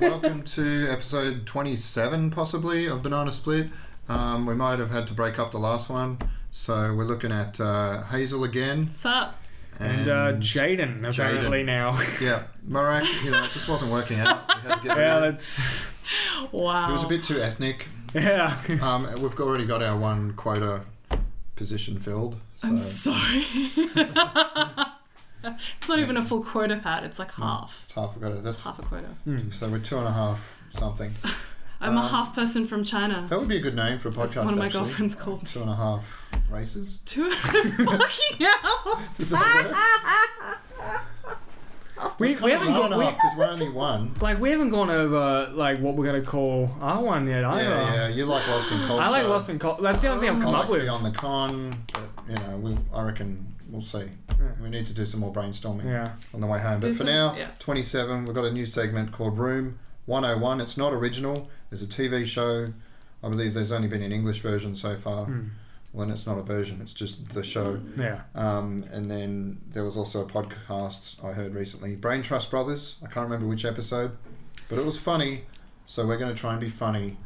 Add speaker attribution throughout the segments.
Speaker 1: Welcome to episode 27, possibly, of Banana Split. Um, we might have had to break up the last one. So we're looking at uh, Hazel again.
Speaker 2: What's up?
Speaker 1: And,
Speaker 3: And uh, Jaden, apparently now.
Speaker 1: Yeah, Murak, you know, it just wasn't working out. We had to get rid
Speaker 3: yeah,
Speaker 1: of it.
Speaker 3: that's.
Speaker 2: Wow.
Speaker 1: It was a bit too ethnic.
Speaker 3: Yeah.
Speaker 1: Um, we've already got our one quota position filled. So.
Speaker 2: I'm sorry. it's not even a full quota part. It's like half.
Speaker 1: It's half a quota. That's
Speaker 2: Half a quota.
Speaker 3: Hmm.
Speaker 1: so we're two and a half something.
Speaker 2: I'm
Speaker 1: Um,
Speaker 2: a half person from China.
Speaker 1: That would be a good name for a podcast.
Speaker 2: That's one of my
Speaker 1: actually.
Speaker 2: girlfriends called.
Speaker 1: Two and a half races.
Speaker 2: Two fucking hell.
Speaker 1: Does that
Speaker 3: We,
Speaker 1: work?
Speaker 3: we haven't got. We,
Speaker 1: because we're only one.
Speaker 3: like, we haven't gone over, like, what we're going to call our one yet
Speaker 1: Yeah,
Speaker 3: either.
Speaker 1: yeah. You like Lost in Culture.
Speaker 3: Oh, I like Lost in Col- That's the only thing I've
Speaker 1: I
Speaker 3: come
Speaker 1: like
Speaker 3: up with.
Speaker 1: Beyond the Con, but you know, we, I reckon we'll see.
Speaker 3: Yeah.
Speaker 1: We need to do some more brainstorming
Speaker 3: Yeah.
Speaker 1: on the way home. But
Speaker 2: Do
Speaker 1: for
Speaker 2: some-
Speaker 1: now,
Speaker 2: yes.
Speaker 1: 27. We've got a new segment called Room 101. It's not original. There's a TV show. I believe there's only been an English version so far.
Speaker 3: Hmm.
Speaker 1: Well, and it's not a version. It's just the show.
Speaker 3: Yeah.
Speaker 1: Um, and then there was also a podcast I heard recently, Brain Trust Brothers. I can't remember which episode, but it was funny. So we're going to try and be funny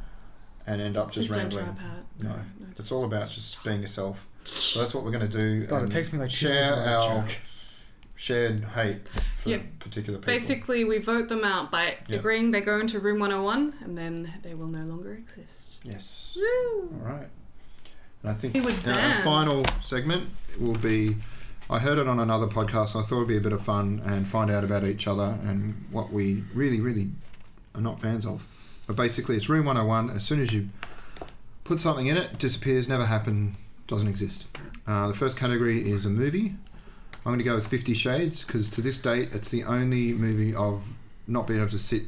Speaker 1: and end up just
Speaker 2: Please don't try
Speaker 1: rambling.
Speaker 2: Pat.
Speaker 1: No, it's all about just being yourself. So that's what we're going to do.
Speaker 3: God, it
Speaker 1: and
Speaker 3: takes me like two
Speaker 1: share
Speaker 3: minutes to write a
Speaker 1: our
Speaker 3: joke.
Speaker 1: shared hate for
Speaker 2: Yep.
Speaker 1: particular people.
Speaker 2: Basically, we vote them out by
Speaker 1: Yeah.
Speaker 2: agreeing they go into room 101 and then they will no longer exist.
Speaker 1: Yes.
Speaker 2: Woo!
Speaker 1: All right. And I think
Speaker 2: He was
Speaker 1: our
Speaker 2: banned.
Speaker 1: final segment will be. I heard it on another podcast. I thought it'd be a bit of fun and find out about each other and what we really, really are not fans of. But basically, it's Room 101. As soon as you put something in it, it disappears, never happened, doesn't exist. Uh, the first category is a movie. I'm going to go with Fifty Shades because to this date, it's the only movie I've not been able to sit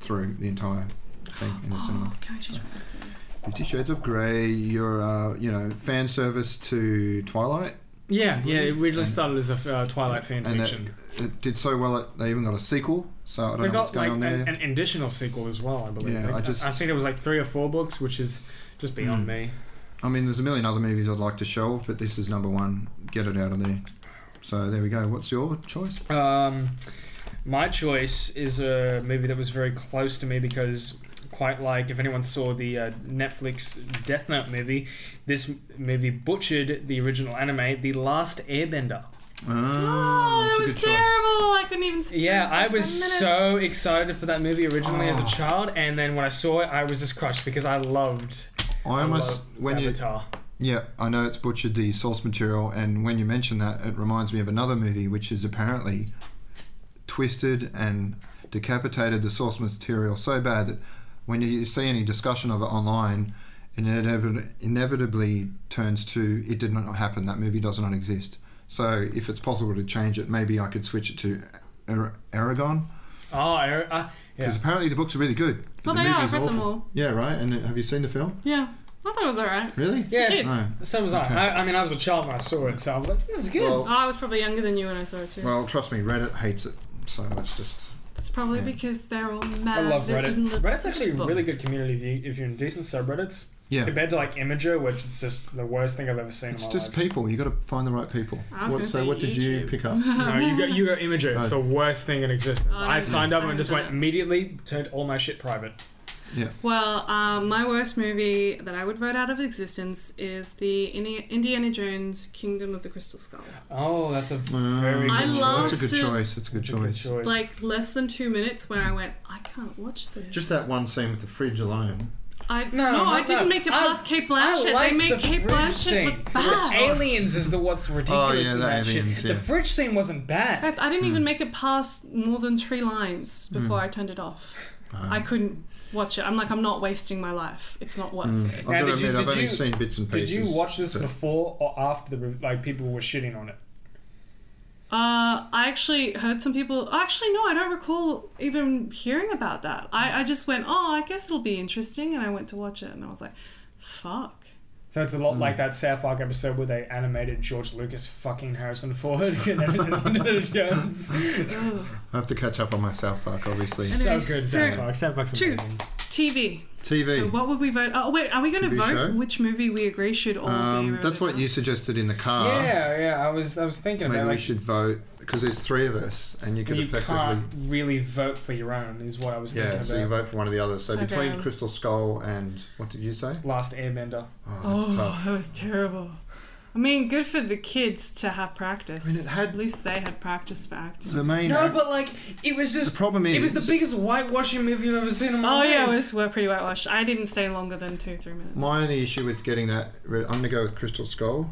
Speaker 1: through the entire thing in the cinema.
Speaker 2: Oh, can I just try that soon?
Speaker 1: Fifty Shades of Grey, your uh, you know fan service to Twilight,
Speaker 3: Yeah, yeah. It originally
Speaker 1: And-
Speaker 3: started as a uh, Twilight fan
Speaker 1: and it,
Speaker 3: fiction.
Speaker 1: it did so well that they even got a sequel. So I don't
Speaker 3: They
Speaker 1: know what's
Speaker 3: got
Speaker 1: going
Speaker 3: like
Speaker 1: on
Speaker 3: an,
Speaker 1: there.
Speaker 3: an additional sequel as well, I believe.
Speaker 1: Yeah,
Speaker 3: Like,
Speaker 1: I just-
Speaker 3: I've seen it was like three or four books, which is just beyond
Speaker 1: Mm.
Speaker 3: me.
Speaker 1: I mean, there's a million other movies I'd like to shelve, but this is number one. Get it out of there. So there we go. What's your choice?
Speaker 3: Um, my choice is a movie that was very close to me because, quite like if anyone saw the uh, Netflix Death Note movie, this m- movie butchered the original anime, The Last Airbender.
Speaker 1: Ah,
Speaker 2: Oh,
Speaker 1: that's
Speaker 2: that
Speaker 1: a
Speaker 2: was
Speaker 1: good
Speaker 2: terrible.
Speaker 1: choice.
Speaker 2: I couldn't even sit
Speaker 3: Yeah,
Speaker 2: through it.
Speaker 3: I
Speaker 2: That's
Speaker 3: was
Speaker 2: one minute.
Speaker 3: so excited for that movie originally as
Speaker 1: Oh.
Speaker 3: a child, and then when I saw it, I was just crushed because I loved.
Speaker 1: I almost
Speaker 3: loved
Speaker 1: when you
Speaker 3: Avatar.
Speaker 1: yeah, I know it's butchered the source material, and when you mention that, it reminds me of another movie which is apparently twisted and decapitated the source material so bad that when you see any discussion of it online, it inevit- inevitably turns to it did not happen. That movie does not exist. So if it's possible to change it, maybe I could switch it to Ar- Aragon
Speaker 3: Oh, I, I, yeah.
Speaker 1: because apparently the books are really good. but
Speaker 2: Well,
Speaker 1: the
Speaker 2: they are.
Speaker 1: movie's
Speaker 2: I've read them
Speaker 1: awful.
Speaker 2: all.
Speaker 1: Yeah, right. And have you seen the film?
Speaker 2: Yeah. I thought it was alright.
Speaker 1: Really?
Speaker 3: Yeah.
Speaker 2: Kids.
Speaker 1: No.
Speaker 3: So was
Speaker 1: Okay.
Speaker 3: I. I. I mean, I was a child when I saw it, so I was like, "This is good."
Speaker 1: Well,
Speaker 2: Oh, I was probably younger than you when I saw it too.
Speaker 1: Well, trust me, Reddit hates it, so it's just
Speaker 2: It's probably
Speaker 1: Yeah.
Speaker 2: because they're all
Speaker 3: I
Speaker 2: mad.
Speaker 3: love
Speaker 2: they
Speaker 3: Reddit.
Speaker 2: uh, didn't look
Speaker 3: Reddit's actually a
Speaker 2: book.
Speaker 3: really good community if, you, if you're in decent subreddits
Speaker 1: yeah.
Speaker 3: compared to like Imager, which is just the worst thing I've ever seen.
Speaker 1: It's
Speaker 3: in my
Speaker 1: just
Speaker 3: life.
Speaker 1: people. You got to find the right people.
Speaker 2: I was
Speaker 1: What,
Speaker 2: gonna
Speaker 1: so,
Speaker 2: say
Speaker 1: what did you
Speaker 2: YouTube.
Speaker 1: pick up?
Speaker 3: no, you go, you go Imager. It's
Speaker 1: Oh.
Speaker 3: the worst thing in existence.
Speaker 2: Oh, I
Speaker 3: I
Speaker 2: don't
Speaker 3: signed
Speaker 2: know.
Speaker 3: up
Speaker 2: I
Speaker 3: and just
Speaker 2: haven't
Speaker 3: went
Speaker 2: done it.
Speaker 3: immediately turned all my shit private.
Speaker 2: Well, um, my worst movie that I would vote out of existence is the Indi- Indiana Jones Kingdom of the Crystal Skull.
Speaker 3: Oh, that's a
Speaker 1: Mm.
Speaker 3: very good
Speaker 2: I
Speaker 3: choice.
Speaker 2: love
Speaker 1: That's a good
Speaker 2: to-
Speaker 1: choice. That's a good
Speaker 3: That's a good
Speaker 1: choice.
Speaker 3: choice.
Speaker 2: Like less than two minutes, where I went, I can't watch this.
Speaker 1: Just that one scene with the fridge alone.
Speaker 2: I
Speaker 3: No,
Speaker 2: no, I
Speaker 3: not
Speaker 2: didn't
Speaker 3: that.
Speaker 2: make it
Speaker 3: I-
Speaker 2: past Kate
Speaker 3: I
Speaker 2: Blanchett.
Speaker 3: liked
Speaker 2: they made
Speaker 3: the
Speaker 2: Kate
Speaker 3: fridge
Speaker 2: Blanchett
Speaker 3: scene.
Speaker 2: look
Speaker 3: The
Speaker 2: bad.
Speaker 3: aliens is the what's ridiculous
Speaker 1: Oh, yeah,
Speaker 3: in
Speaker 1: the
Speaker 3: that
Speaker 1: aliens,
Speaker 3: shit.
Speaker 1: yeah.
Speaker 3: The fridge scene wasn't bad.
Speaker 2: Guys, I
Speaker 1: Hmm.
Speaker 2: didn't even make it past more than three lines before I turned it off.
Speaker 1: Ah.
Speaker 2: I couldn't watch it. I'm like, I'm not wasting my life. It's not worth
Speaker 1: Mm.
Speaker 2: it.
Speaker 1: I've
Speaker 3: Now,
Speaker 1: got to
Speaker 3: did you-
Speaker 1: admit, I've
Speaker 3: did
Speaker 1: only
Speaker 3: you-
Speaker 1: seen bits and
Speaker 3: Did
Speaker 1: pieces.
Speaker 3: you watch this
Speaker 1: but-
Speaker 3: before or after the re- like people were shitting on it?
Speaker 2: Uh, I actually heard some people. Actually, no, I don't recall even hearing about that. I, I just went, oh, I guess it'll be interesting, and I went to watch it, and I was like, fuck.
Speaker 3: So it's a
Speaker 1: Hmm.
Speaker 3: lot like that South Park episode where they animated George Lucas fucking Harrison Ford and Indiana Jones.
Speaker 2: Ugh.
Speaker 1: I have to catch up on my South Park, obviously.
Speaker 3: so
Speaker 2: Anyway,
Speaker 3: good,
Speaker 2: so-
Speaker 3: South Park. South Park's
Speaker 2: Two.
Speaker 3: amazing.
Speaker 2: TV.
Speaker 1: TV.
Speaker 2: So what would we vote? Oh wait, are we going to
Speaker 1: TV
Speaker 2: vote
Speaker 1: show?
Speaker 2: which movie we agree should all be?
Speaker 1: um,
Speaker 2: voted
Speaker 1: that's what
Speaker 2: on?
Speaker 1: you suggested in the car.
Speaker 3: yeah, yeah. I was I was thinking
Speaker 1: Uh-huh. Maybe
Speaker 3: about
Speaker 1: we
Speaker 3: like
Speaker 1: should vote because there's three of us, and you could
Speaker 3: you
Speaker 1: effectively
Speaker 3: can't really vote for your own is what I was thinking
Speaker 1: yeah.
Speaker 3: about.
Speaker 1: So you vote for one of the others. So between
Speaker 2: Okay.
Speaker 1: Crystal Skull and what did you say?
Speaker 3: Last Airbender.
Speaker 1: Oh, that's
Speaker 2: Oh,
Speaker 1: tough.
Speaker 2: that was terrible. I mean, good for the kids to have practice.
Speaker 1: I mean, it had-
Speaker 2: At least they had practice for acting.
Speaker 1: The main
Speaker 3: No,
Speaker 1: act-
Speaker 3: but like it was
Speaker 1: the
Speaker 3: just
Speaker 1: problem is
Speaker 3: it was the biggest whitewashing movie I've ever seen in my
Speaker 2: Oh
Speaker 3: life.
Speaker 2: yeah, it was were pretty whitewashed. I didn't stay longer than two, three minutes.
Speaker 1: My only issue with getting that, rid- I'm gonna go with Crystal Skull.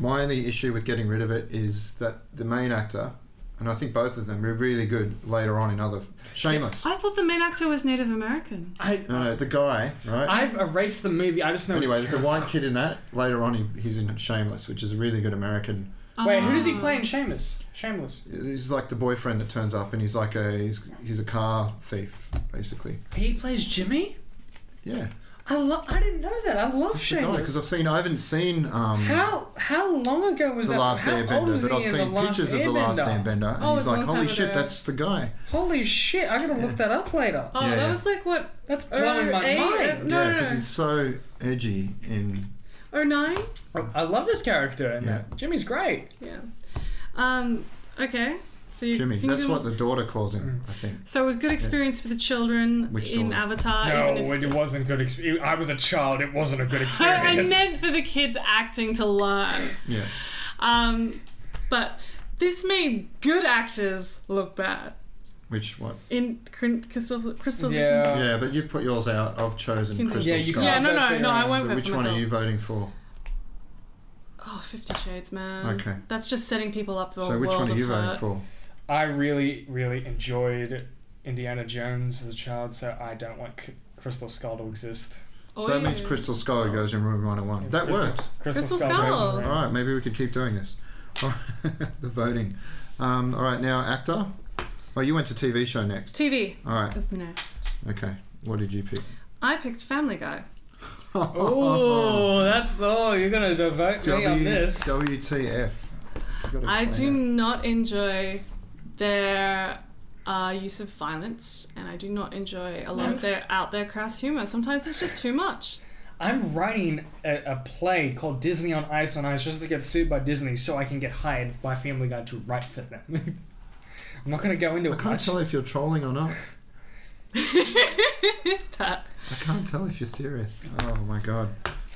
Speaker 1: My only issue with getting rid of it is that the main actor, and I think both of them were really good later on in other Shameless.
Speaker 2: I thought the main actor was Native American.
Speaker 3: I
Speaker 1: No, no, the guy, right?
Speaker 3: I've erased the movie. I just know.
Speaker 1: Uh, anyway,
Speaker 3: it's
Speaker 1: there's a white kid in that. Later on, he, he's in Shameless, which is a really good American.
Speaker 3: terrible. Wait, who does he
Speaker 2: Ah.
Speaker 3: play in Shameless? Shameless.
Speaker 1: He's like the boyfriend that turns up, and he's like a he's, he's a car thief, basically.
Speaker 3: He plays Jimmy.
Speaker 1: Yeah,
Speaker 3: I love. I didn't know that. I love Shameless.
Speaker 1: because I've seen I haven't seen um,
Speaker 3: How how long ago was
Speaker 1: the
Speaker 3: that?
Speaker 1: Last
Speaker 3: how old
Speaker 1: Airbender,
Speaker 3: was
Speaker 1: but
Speaker 3: he
Speaker 1: I've
Speaker 3: in
Speaker 1: seen
Speaker 3: The Last
Speaker 1: pictures of the Last Airbender, and
Speaker 2: Oh,
Speaker 1: he's
Speaker 2: it's a
Speaker 1: like,
Speaker 2: long time
Speaker 1: holy
Speaker 2: ago.
Speaker 1: shit, that's the guy.
Speaker 3: Holy shit! I'm gonna look that up later.
Speaker 2: Oh,
Speaker 1: Yeah,
Speaker 2: that
Speaker 1: yeah.
Speaker 2: was like what
Speaker 3: That's
Speaker 2: Oh,
Speaker 3: blowing my
Speaker 2: eight,
Speaker 3: mind.
Speaker 2: No,
Speaker 1: yeah,
Speaker 2: no,
Speaker 1: because
Speaker 2: no.
Speaker 1: he's so edgy in
Speaker 2: oh nine?
Speaker 3: I love his character. In
Speaker 1: Yeah.
Speaker 3: that. Jimmy's great.
Speaker 2: Yeah. Um. Okay. So you
Speaker 1: Jimmy.
Speaker 2: can Mm.
Speaker 1: That's
Speaker 2: go-
Speaker 1: what the daughter calls him, I think.
Speaker 2: So it was good experience for the children
Speaker 1: Which
Speaker 2: in
Speaker 1: daughter?
Speaker 2: Avatar. even if,
Speaker 3: it wasn't good. Exp- I was a child. It wasn't a good
Speaker 2: I, I meant for the kids acting to learn.
Speaker 1: Yeah.
Speaker 2: Um, but this made good actors look bad.
Speaker 1: Which what?
Speaker 2: In Crin- Christopher, Christopher
Speaker 3: Yeah.
Speaker 1: yeah, but you've put yours out. I've chosen
Speaker 2: Kindle.
Speaker 1: Crystal
Speaker 3: Yeah, you
Speaker 1: Skull.
Speaker 2: Uh, Yeah,
Speaker 3: can't-
Speaker 2: no,
Speaker 3: vote for
Speaker 2: no,
Speaker 3: your
Speaker 2: no,
Speaker 3: own.
Speaker 2: I won't
Speaker 1: So
Speaker 2: vote
Speaker 1: which
Speaker 2: for
Speaker 1: one
Speaker 2: myself.
Speaker 1: are you voting for?
Speaker 2: Oh, Fifty Shades, man.
Speaker 1: Okay.
Speaker 2: That's just setting people up for a
Speaker 1: So which
Speaker 2: world
Speaker 1: one are you
Speaker 2: of
Speaker 1: voting
Speaker 2: hurt.
Speaker 1: for?
Speaker 3: I really, really enjoyed Indiana Jones as a child, so I don't want C- Crystal Skull to exist.
Speaker 2: Oh,
Speaker 1: so that
Speaker 2: yeah.
Speaker 1: means Crystal Skull goes in room 101. That
Speaker 3: Crystal-
Speaker 1: worked.
Speaker 2: Crystal Skull.
Speaker 1: All right, maybe we could keep doing this. All right, the voting. Um, all right, now actor. Oh, you went to TV show next.
Speaker 2: TV
Speaker 1: All right,
Speaker 2: is next.
Speaker 1: okay. What did you pick?
Speaker 2: I picked Family Guy.
Speaker 3: Oh, that's all. You're gonna devote me on
Speaker 1: W-
Speaker 3: this.
Speaker 1: WTF. You gotta
Speaker 2: I do
Speaker 1: explain
Speaker 2: not enjoy their uh, use of violence, and I do not enjoy a lot of their out there crass humor. Sometimes it's just too much.
Speaker 3: I'm writing a, a play called Disney on Ice on Ice just to get sued by Disney, so I can get hired by Family Guy to write for them. I'm not gonna go into
Speaker 1: that.
Speaker 3: it
Speaker 1: I can't
Speaker 3: much.
Speaker 1: tell if you're trolling or not.
Speaker 2: That
Speaker 1: I can't tell if you're serious. Oh my god.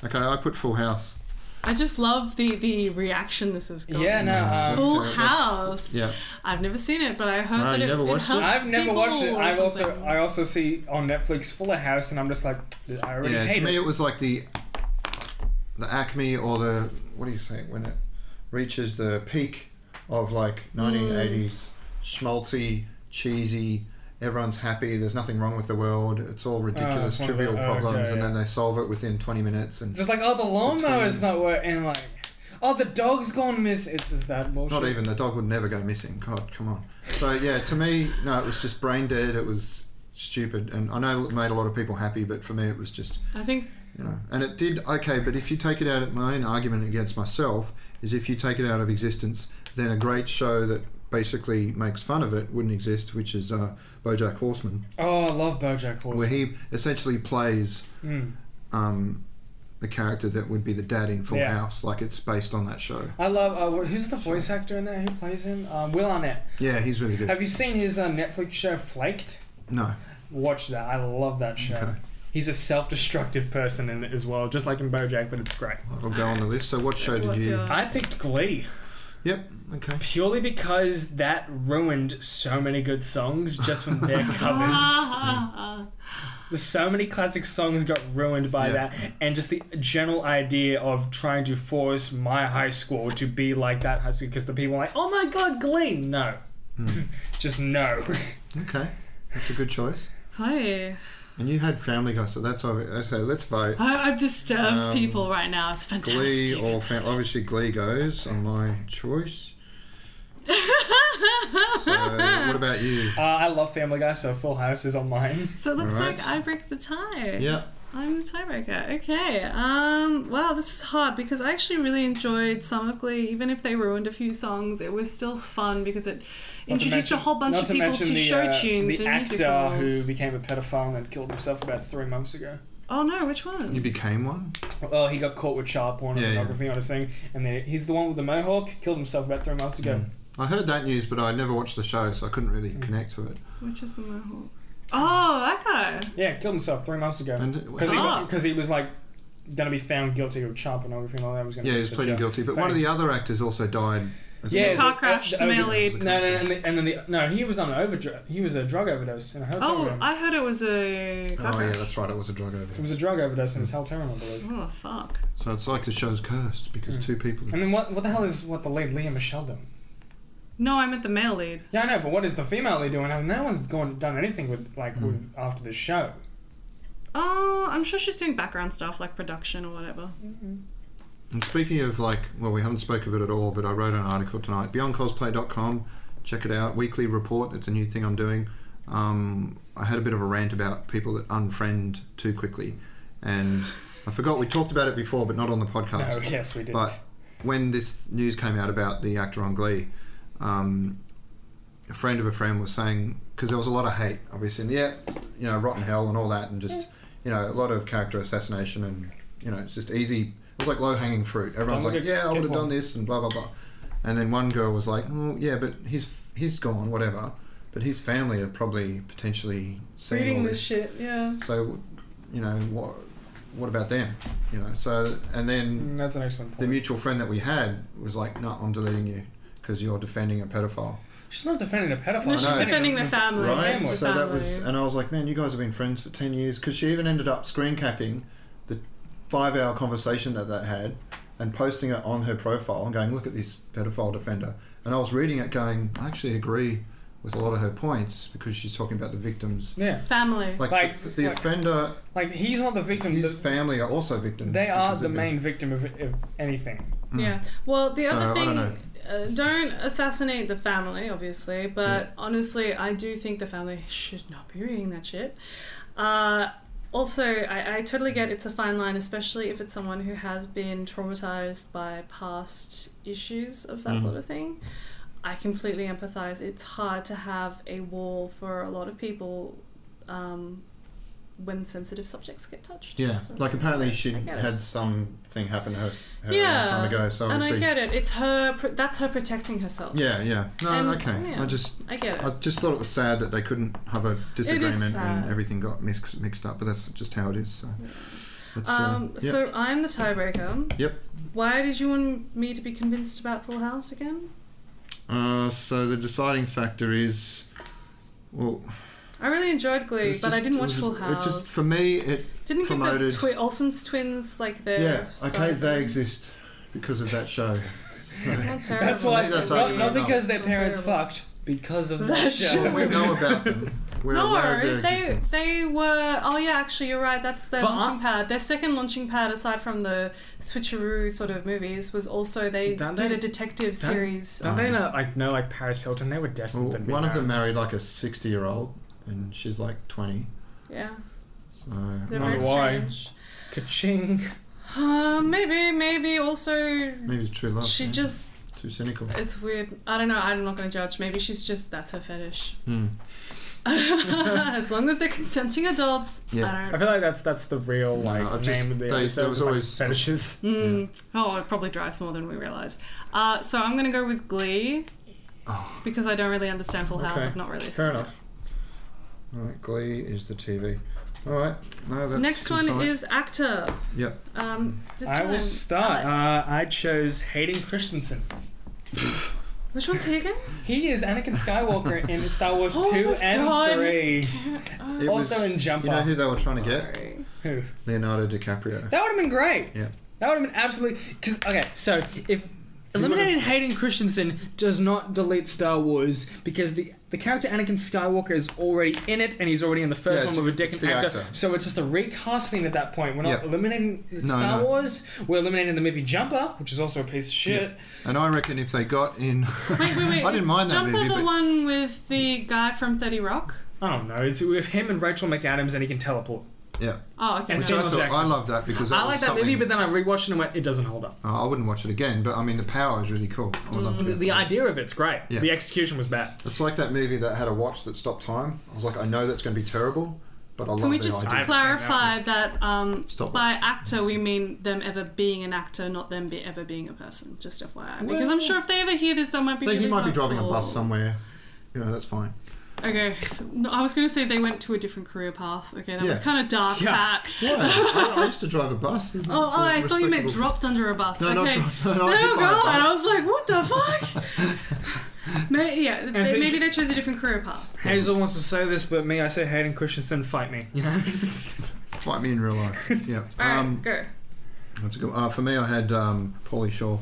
Speaker 1: Okay, I put Full House.
Speaker 2: I just love the the reaction this has got.
Speaker 3: Yeah,
Speaker 1: That's
Speaker 3: no. Um,
Speaker 2: Full
Speaker 1: terrible. That's-
Speaker 2: House.
Speaker 1: Yeah.
Speaker 2: I've never seen it, but I heard
Speaker 1: No,
Speaker 2: that
Speaker 1: you
Speaker 2: it,
Speaker 1: never
Speaker 2: it
Speaker 1: watched it?
Speaker 2: helps
Speaker 3: I've never
Speaker 2: people
Speaker 3: watched it.
Speaker 2: or
Speaker 3: I've also
Speaker 2: something.
Speaker 3: I also see on Netflix Fuller House, and I'm just like, I already
Speaker 1: Yeah, to
Speaker 3: hate
Speaker 1: me
Speaker 3: it.
Speaker 1: it was like the the acme or the what do you say when it reaches the peak of like
Speaker 2: Mm.
Speaker 1: 1980s schmaltzy, cheesy, everyone's happy, there's nothing wrong with the world, it's all ridiculous
Speaker 3: it's one of
Speaker 1: trivial
Speaker 3: the- oh, okay,
Speaker 1: problems and
Speaker 3: yeah.
Speaker 1: then they solve it within 20 minutes and
Speaker 3: It's just like, oh, the lawnmower's
Speaker 1: twins.
Speaker 3: not working. Like, oh, the dog's gone miss. It's just that bullshit.
Speaker 1: Not even the dog would never go missing. God, come on. So yeah, to me, no, it was just brain dead. It was stupid, and I know it made a lot of people happy, but for me, it was just
Speaker 2: I think
Speaker 1: you know, and it did okay. But if you take it out, my own argument against myself is if you take it out of existence, then a great show that basically makes fun of it wouldn't exist, which is uh, BoJack Horseman,
Speaker 3: Oh, I love BoJack
Speaker 1: where
Speaker 3: Horseman.
Speaker 1: he essentially plays
Speaker 3: Mm.
Speaker 1: um, the character that would be the dad in Full
Speaker 3: Yeah.
Speaker 1: House. Like it's based on that show.
Speaker 3: I love. Uh, wh- who's the voice actor in there? Who plays him? Um, Will Arnett.
Speaker 1: Yeah, he's really good.
Speaker 3: Have you seen his uh, Netflix show Flaked?
Speaker 1: No,
Speaker 3: Watch that. I love that show.
Speaker 1: Okay.
Speaker 3: He's a self-destructive person in it as well, just like in BoJack, but it's great.
Speaker 1: it'll go on the list. So what show did
Speaker 2: What's
Speaker 1: you?
Speaker 2: your-
Speaker 3: I picked Glee
Speaker 1: Yep. Okay.
Speaker 3: purely because that ruined so many good songs just from their covers. so many classic songs got ruined by
Speaker 1: Yeah.
Speaker 3: that and just the general idea of trying to force my high school to be like that high school because the people are like oh my god glee no
Speaker 1: Hmm.
Speaker 3: just no
Speaker 1: Okay, that's a good choice.
Speaker 2: Hi.
Speaker 1: And you had Family Guy, so that's obvious. So let's vote.
Speaker 2: I, I've disturbed
Speaker 1: Um,
Speaker 2: people right now. It's
Speaker 1: Glee
Speaker 2: fantastic.
Speaker 1: or fam- obviously Glee goes on my choice. So what about you?
Speaker 3: uh, i love family guy so full house is on mine
Speaker 2: so it looks
Speaker 1: Alright.
Speaker 2: like I break the tie.
Speaker 1: Yeah,
Speaker 2: I'm the tiebreaker. Okay. Um. Wow, this is hard because I actually really enjoyed Summer Glee. Even if they ruined a few songs, it was still fun because it
Speaker 3: Not to
Speaker 2: introduced a
Speaker 3: mention-
Speaker 2: whole bunch
Speaker 3: not
Speaker 2: of people to,
Speaker 3: mention the,
Speaker 2: show
Speaker 3: uh,
Speaker 2: tunes
Speaker 3: The
Speaker 2: and
Speaker 3: actor who
Speaker 2: musicals.
Speaker 3: became a pedophile and had killed himself about three months ago.
Speaker 2: Oh no, which one?
Speaker 1: You became one?
Speaker 3: Well, he got caught with child porn and
Speaker 1: Yeah, yeah.
Speaker 3: pornography on his thing, and then he's the one with the mohawk killed himself about three months ago.
Speaker 1: I heard that news, but I never watched the show, so I couldn't really
Speaker 3: Mm.
Speaker 1: connect to it.
Speaker 2: Which is the mohawk? Oh, that guy.
Speaker 3: Yeah, killed himself three months ago
Speaker 1: And uh,
Speaker 3: because he,
Speaker 2: Ah.
Speaker 3: because he was like going to be found guilty of child pornography and all that. Was going
Speaker 1: yeah, he was pleading guilty. But one of the other actors also died. as
Speaker 3: Yeah,
Speaker 2: The
Speaker 1: well.
Speaker 2: car crash,
Speaker 3: the-
Speaker 2: the,
Speaker 3: the
Speaker 2: male
Speaker 1: overdose.
Speaker 2: lead.
Speaker 3: No, no, no, and, the, and then the no, he was on an overdri He was a drug overdose in a hotel
Speaker 2: Oh,
Speaker 3: room.
Speaker 2: I heard it was a car
Speaker 1: Oh yeah,
Speaker 2: crash.
Speaker 1: that's right. It was a drug
Speaker 3: It
Speaker 1: overdose.
Speaker 3: was a drug overdose in his hotel room, I believe.
Speaker 2: Oh fuck.
Speaker 1: So it's like the show's cursed because
Speaker 3: Mm.
Speaker 1: two people.
Speaker 3: And then what? What the hell is what the lead Leah Michelle doing?
Speaker 2: No, I meant the male lead.
Speaker 3: Yeah, I know, but what is the female lead doing? I mean, no one's gone done anything with like with,
Speaker 1: Hmm.
Speaker 3: after this show.
Speaker 2: Oh, I'm sure she's doing background stuff like production or whatever.
Speaker 1: And speaking of like, well, we haven't spoke of it at all, but I wrote an article tonight. BeyondCosplay.com. Check it out. Weekly report. It's a new thing I'm doing. Um, I had a bit of a rant about people that unfriend too quickly, and I forgot we talked about it before, but not on the podcast.
Speaker 3: No, yes, we did.
Speaker 1: Oh. But when this news came out about the actor on Glee, um, a friend of a friend was saying because there was a lot of hate, obviously, and yeah, you know, rotten hell and all that, and just you know, a lot of character assassination, and you know, it's just easy. It was like low hanging fruit. Everyone's
Speaker 3: Don't
Speaker 1: like,
Speaker 3: look at-
Speaker 1: yeah, I
Speaker 3: get
Speaker 1: would have
Speaker 3: one."
Speaker 1: done this and blah blah blah, and then one girl was like, oh yeah, but he's he's gone, whatever. But his family are probably potentially seeing all
Speaker 2: Reading
Speaker 1: this
Speaker 2: this shit, yeah.
Speaker 1: so, you know, what what about them? You know, so and then
Speaker 3: Mm, that's an excellent
Speaker 1: the
Speaker 3: point.
Speaker 1: mutual friend that we had was like, "No, I'm deleting you because you're defending a pedophile."
Speaker 3: She's not defending a pedophile.
Speaker 2: No,
Speaker 1: she's
Speaker 3: defending
Speaker 2: defending
Speaker 3: a-
Speaker 2: their family.
Speaker 3: a
Speaker 1: Right?
Speaker 2: The
Speaker 1: So that was,
Speaker 2: family.
Speaker 1: and I was like, "Man, you guys have been friends for ten years." Because she even ended up screen capping the five-hour conversation that they had and posting it on her profile and going, "Look at this pedophile defender." And I was reading it, going, "I actually agree with a lot of her points because she's talking about the victims."
Speaker 3: Yeah,
Speaker 2: Family.
Speaker 1: Like,
Speaker 3: Like-
Speaker 1: the, the
Speaker 3: like-
Speaker 1: offender,
Speaker 3: like he's not the victim.
Speaker 1: his
Speaker 3: The,
Speaker 1: family are also victims.
Speaker 3: they are
Speaker 1: because
Speaker 3: the
Speaker 1: they've been-
Speaker 3: main victim of, of anything.
Speaker 1: Mm.
Speaker 2: Yeah. Well, the
Speaker 1: So, I
Speaker 2: other thing,
Speaker 1: don't know.
Speaker 2: uh, don't assassinate the family, obviously. But honestly, I do think the family should not be reading that shit. Uh, also, I, I totally get it's a fine line, especially if it's someone who has been traumatized by past issues of that
Speaker 1: Mm.
Speaker 2: sort of thing. I completely empathize. It's hard to have a wall for a lot of people um, when sensitive subjects get touched.
Speaker 1: Yeah,
Speaker 2: So-
Speaker 1: like apparently she
Speaker 2: I get it.
Speaker 1: had something happen to her, s- her a
Speaker 2: Yeah,
Speaker 1: long time ago. So
Speaker 2: and I
Speaker 1: obviously,
Speaker 2: get it. It's her. pr- That's her protecting herself.
Speaker 1: yeah, yeah. No,
Speaker 2: And,
Speaker 1: okay.
Speaker 2: yeah.
Speaker 1: I just,
Speaker 2: I get it.
Speaker 1: I just thought it was sad that they couldn't have a disagreement and
Speaker 2: sad.
Speaker 1: everything got mixed mixed up. But that's just how it is. So, it's, uh,
Speaker 2: Um,
Speaker 1: yeah.
Speaker 2: So I'm the tiebreaker.
Speaker 1: Yep.
Speaker 2: Why did you want me to be convinced about Full House again?
Speaker 1: Uh, so the deciding factor is, well,
Speaker 2: I really enjoyed
Speaker 1: it
Speaker 2: Glee,
Speaker 1: was
Speaker 2: but
Speaker 1: just-
Speaker 2: I didn't
Speaker 1: it
Speaker 2: watch
Speaker 1: was-
Speaker 2: Full House.
Speaker 1: It just for me, it
Speaker 2: didn't
Speaker 1: promoted-
Speaker 2: give the twi- Olsen's twins like their
Speaker 1: yeah,
Speaker 2: side
Speaker 1: okay,
Speaker 2: of
Speaker 1: they
Speaker 2: them.
Speaker 1: exist because of that show.
Speaker 2: It's not terrible.
Speaker 3: That's why.
Speaker 1: That's
Speaker 3: not,
Speaker 1: argument,
Speaker 3: not
Speaker 1: no.
Speaker 3: because their
Speaker 2: It's not
Speaker 3: parents
Speaker 2: terrible.
Speaker 3: fucked. Because of that,
Speaker 2: That
Speaker 3: show.
Speaker 2: show.
Speaker 1: we know about them. We're aware
Speaker 2: no,
Speaker 1: of their
Speaker 2: they
Speaker 1: existence.
Speaker 2: they were. Oh yeah, actually, you're right. That's their
Speaker 3: But I-
Speaker 2: launching pad. Their second launching pad, aside from the switcheroo sort of movies, was also they
Speaker 3: Don't
Speaker 2: did
Speaker 3: they-
Speaker 2: a detective
Speaker 3: don't-
Speaker 2: series.
Speaker 3: Don't they know, like know like Paris Hilton? They were destined
Speaker 1: Well,
Speaker 3: to be
Speaker 1: one of them
Speaker 3: married.
Speaker 1: married like a sixty-year-old, and she's like twenty.
Speaker 2: Yeah,
Speaker 1: So
Speaker 2: they're very
Speaker 3: Wonder why.
Speaker 2: strange.
Speaker 3: Ka-ching.
Speaker 2: Uh, maybe, maybe also
Speaker 1: Maybe it's true love.
Speaker 2: she
Speaker 1: yeah.
Speaker 2: just
Speaker 1: too cynical.
Speaker 2: it's weird. I don't know. I'm not gonna judge. Maybe she's just that's her fetish.
Speaker 1: Hmm.
Speaker 2: as long as they're consenting adults,
Speaker 1: Yeah.
Speaker 2: I
Speaker 3: I
Speaker 2: don't.
Speaker 3: feel like that's that's the real
Speaker 1: No,
Speaker 3: like
Speaker 1: I just-
Speaker 3: name of the
Speaker 1: they- there
Speaker 3: episode.
Speaker 1: was
Speaker 3: is, like,
Speaker 1: always-
Speaker 3: fetishes.
Speaker 2: Mm. Oh, it probably drives more than we realize. Uh, so I'm gonna go with Glee because I don't really understand Full House.
Speaker 1: Okay.
Speaker 2: I've not really.
Speaker 1: Fair enough. All right, Glee is the TV. All right, no, that's
Speaker 2: Next
Speaker 1: good
Speaker 2: one
Speaker 1: sign.
Speaker 2: is actor.
Speaker 1: Yep.
Speaker 2: Um, this
Speaker 3: I
Speaker 2: time,
Speaker 3: will
Speaker 2: Alec.
Speaker 3: start. Uh, I chose Hayden Christensen.
Speaker 2: Which one's he again?
Speaker 3: He is Anakin Skywalker in Star Wars
Speaker 2: Oh
Speaker 3: 2
Speaker 2: my
Speaker 3: and
Speaker 2: God.
Speaker 3: 3.
Speaker 1: It
Speaker 3: also
Speaker 1: was-
Speaker 3: in Jumper.
Speaker 1: You know who they were trying to get?
Speaker 2: Sorry.
Speaker 3: Who?
Speaker 1: Leonardo DiCaprio.
Speaker 3: That would have been great.
Speaker 1: Yeah.
Speaker 3: That would have been absolutely. Because, okay, so if. Eliminating Hayden Christensen does not delete Star Wars because the the character Anakin Skywalker is already in it and he's already in the first
Speaker 1: Yeah,
Speaker 3: one
Speaker 1: it's-
Speaker 3: with a
Speaker 1: it's
Speaker 3: different
Speaker 1: the
Speaker 3: actor.
Speaker 1: actor.
Speaker 3: So it's just a recasting at that point. We're not
Speaker 1: Yeah.
Speaker 3: eliminating Star
Speaker 1: no.
Speaker 3: Wars. We're eliminating the movie Jumper, which is also a piece of shit.
Speaker 1: And I reckon if they got in,
Speaker 2: Wait, wait, wait.
Speaker 1: I didn't
Speaker 2: is
Speaker 1: mind that
Speaker 2: Jumper
Speaker 1: movie,
Speaker 2: the
Speaker 1: but-
Speaker 2: one with the guy from Thirty Rock.
Speaker 3: I don't know. It's with him and Rachel McAdams, and he can teleport.
Speaker 1: Yeah.
Speaker 2: Oh, okay.
Speaker 3: And
Speaker 1: Which
Speaker 2: no.
Speaker 1: I
Speaker 3: Samuel
Speaker 1: thought I
Speaker 3: Jackson.
Speaker 1: loved that because that
Speaker 3: I
Speaker 1: was
Speaker 3: like that
Speaker 1: something,
Speaker 3: movie, but then I rewatched it and went, it doesn't hold up.
Speaker 1: Oh, I wouldn't watch it again. But I mean, the power is really cool. I would love to
Speaker 2: Mm,
Speaker 3: The,
Speaker 1: get
Speaker 3: the
Speaker 1: that.
Speaker 3: idea of it's great.
Speaker 1: Yeah.
Speaker 3: The execution was bad.
Speaker 1: It's like that movie that had a watch that stopped time. I was like, I know that's going to be terrible, but I love
Speaker 2: Can we
Speaker 1: the
Speaker 2: just
Speaker 1: idea.
Speaker 3: I haven't seen that
Speaker 2: clarify that, um,
Speaker 1: Stop
Speaker 2: by
Speaker 1: it.
Speaker 2: actor we mean them ever being an actor, not them be, ever being a person? Just FYI, because
Speaker 1: Well-
Speaker 2: I'm sure if they ever hear this, they might be. "Oh."
Speaker 1: They-
Speaker 2: really
Speaker 1: he might be driving a
Speaker 2: hurtful.
Speaker 1: bus somewhere. You know, that's fine.
Speaker 2: Okay, no, I was going to say they went to a different career path. Okay, that was
Speaker 1: Yeah.
Speaker 2: kind of dark.
Speaker 3: Yeah.
Speaker 2: Pat.
Speaker 1: Yeah, I, I used to drive a bus. It's
Speaker 2: Oh,
Speaker 1: a
Speaker 2: oh I thought you meant
Speaker 1: respectable-
Speaker 2: dropped under a bus.
Speaker 1: No, not
Speaker 2: okay.
Speaker 1: dropped- no,
Speaker 2: oh
Speaker 1: no, I did
Speaker 2: god!
Speaker 1: buy a bus.
Speaker 2: I was like, what the fuck? May yeah, they,
Speaker 3: so you
Speaker 2: maybe
Speaker 3: should-
Speaker 2: they chose a different career path.
Speaker 3: Hazel wants to say this, but me, I say Hayden Christensen, fight me. You know?
Speaker 1: Fight me in real life. Yeah.
Speaker 2: All right,
Speaker 1: um,
Speaker 2: go.
Speaker 1: That's a good. Uh, for me, I had um, Paulie Shaw.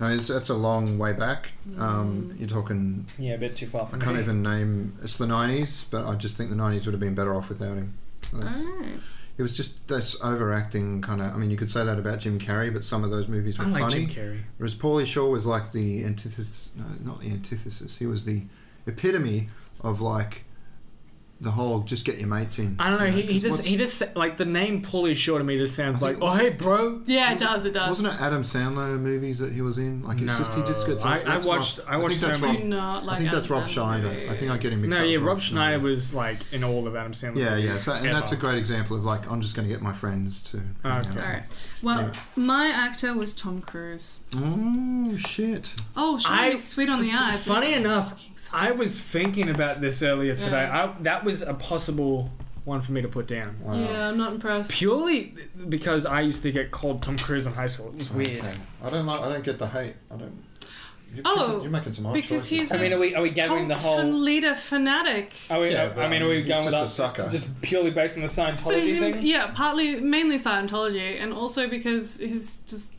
Speaker 1: I mean, it's, that's a long way back.
Speaker 2: Mm.
Speaker 1: Um, you're talking.
Speaker 3: yeah, a bit too far
Speaker 1: I
Speaker 3: from
Speaker 1: can't
Speaker 3: me.
Speaker 1: even name. It's the '90s, but I just think the '90s would have been better off without him.
Speaker 2: All
Speaker 1: That's-
Speaker 2: right.
Speaker 1: It was just this overacting kind of. I mean, you could say that about Jim Carrey, but some of those movies were
Speaker 3: I like
Speaker 1: funny.
Speaker 3: Jim Carrey.
Speaker 1: Whereas Paulie Shaw was like the antithesis. No, not the antithesis. He was the epitome of like the whole just get your mates in.
Speaker 3: I don't know.
Speaker 1: you
Speaker 3: He, he
Speaker 1: 'cause
Speaker 3: just
Speaker 1: what's-
Speaker 3: he just sa- like the name Paulie Shore to me just sounds
Speaker 1: I
Speaker 3: like
Speaker 1: think-
Speaker 3: oh hey bro.
Speaker 2: Yeah, it
Speaker 1: Wasn't-
Speaker 2: does. It does.
Speaker 1: Wasn't it Adam Sandler movies that he was in? Like it's just he just gets.
Speaker 3: I, I
Speaker 1: that's
Speaker 3: watched
Speaker 1: Rob-
Speaker 3: I watched
Speaker 1: think
Speaker 3: so
Speaker 1: that's
Speaker 2: Do
Speaker 3: many.
Speaker 1: Rob-
Speaker 2: not like
Speaker 1: I think that's
Speaker 2: Adam
Speaker 1: Rob
Speaker 2: Sandler
Speaker 1: Schneider. I think I get him mixed
Speaker 3: No,
Speaker 1: up.
Speaker 3: yeah,
Speaker 1: with
Speaker 3: Rob Schneider
Speaker 1: Schneider.
Speaker 3: was like in all of Adam Sandler.
Speaker 1: Yeah, yeah.
Speaker 3: movies
Speaker 1: So, and
Speaker 3: ever.
Speaker 1: that's a great example of like I'm just going to get my friends to. hang
Speaker 3: Okay.
Speaker 2: All
Speaker 1: out.
Speaker 2: right. Well,
Speaker 1: Yeah.
Speaker 2: my actor was Tom Cruise.
Speaker 1: Oh shit!
Speaker 2: Oh,
Speaker 3: I-
Speaker 2: she was sweet on the eyes.
Speaker 3: Funny enough, I was thinking about this earlier today.
Speaker 2: Yeah.
Speaker 3: I, that was a possible one for me to put down.
Speaker 1: Wow.
Speaker 2: Yeah, I'm not impressed.
Speaker 3: Purely because I used to get called Tom Cruise in high school. It was weird.
Speaker 1: Okay. I don't like. I don't get the hate. I don't. You're
Speaker 2: Oh,
Speaker 1: picking- you're making some hard
Speaker 2: because
Speaker 1: choices.
Speaker 2: he's
Speaker 3: I mean, are we are we gathering
Speaker 2: Cult
Speaker 3: the whole?
Speaker 2: leader fanatic.
Speaker 3: Are we,
Speaker 1: Yeah, but,
Speaker 3: I mean, are we
Speaker 1: he's
Speaker 3: going with
Speaker 1: just a
Speaker 3: us-
Speaker 1: sucker.
Speaker 3: Just purely based on the
Speaker 2: But
Speaker 3: Scientology
Speaker 2: he's in,
Speaker 3: thing.
Speaker 2: yeah, partly mainly Scientology, and also because he's just.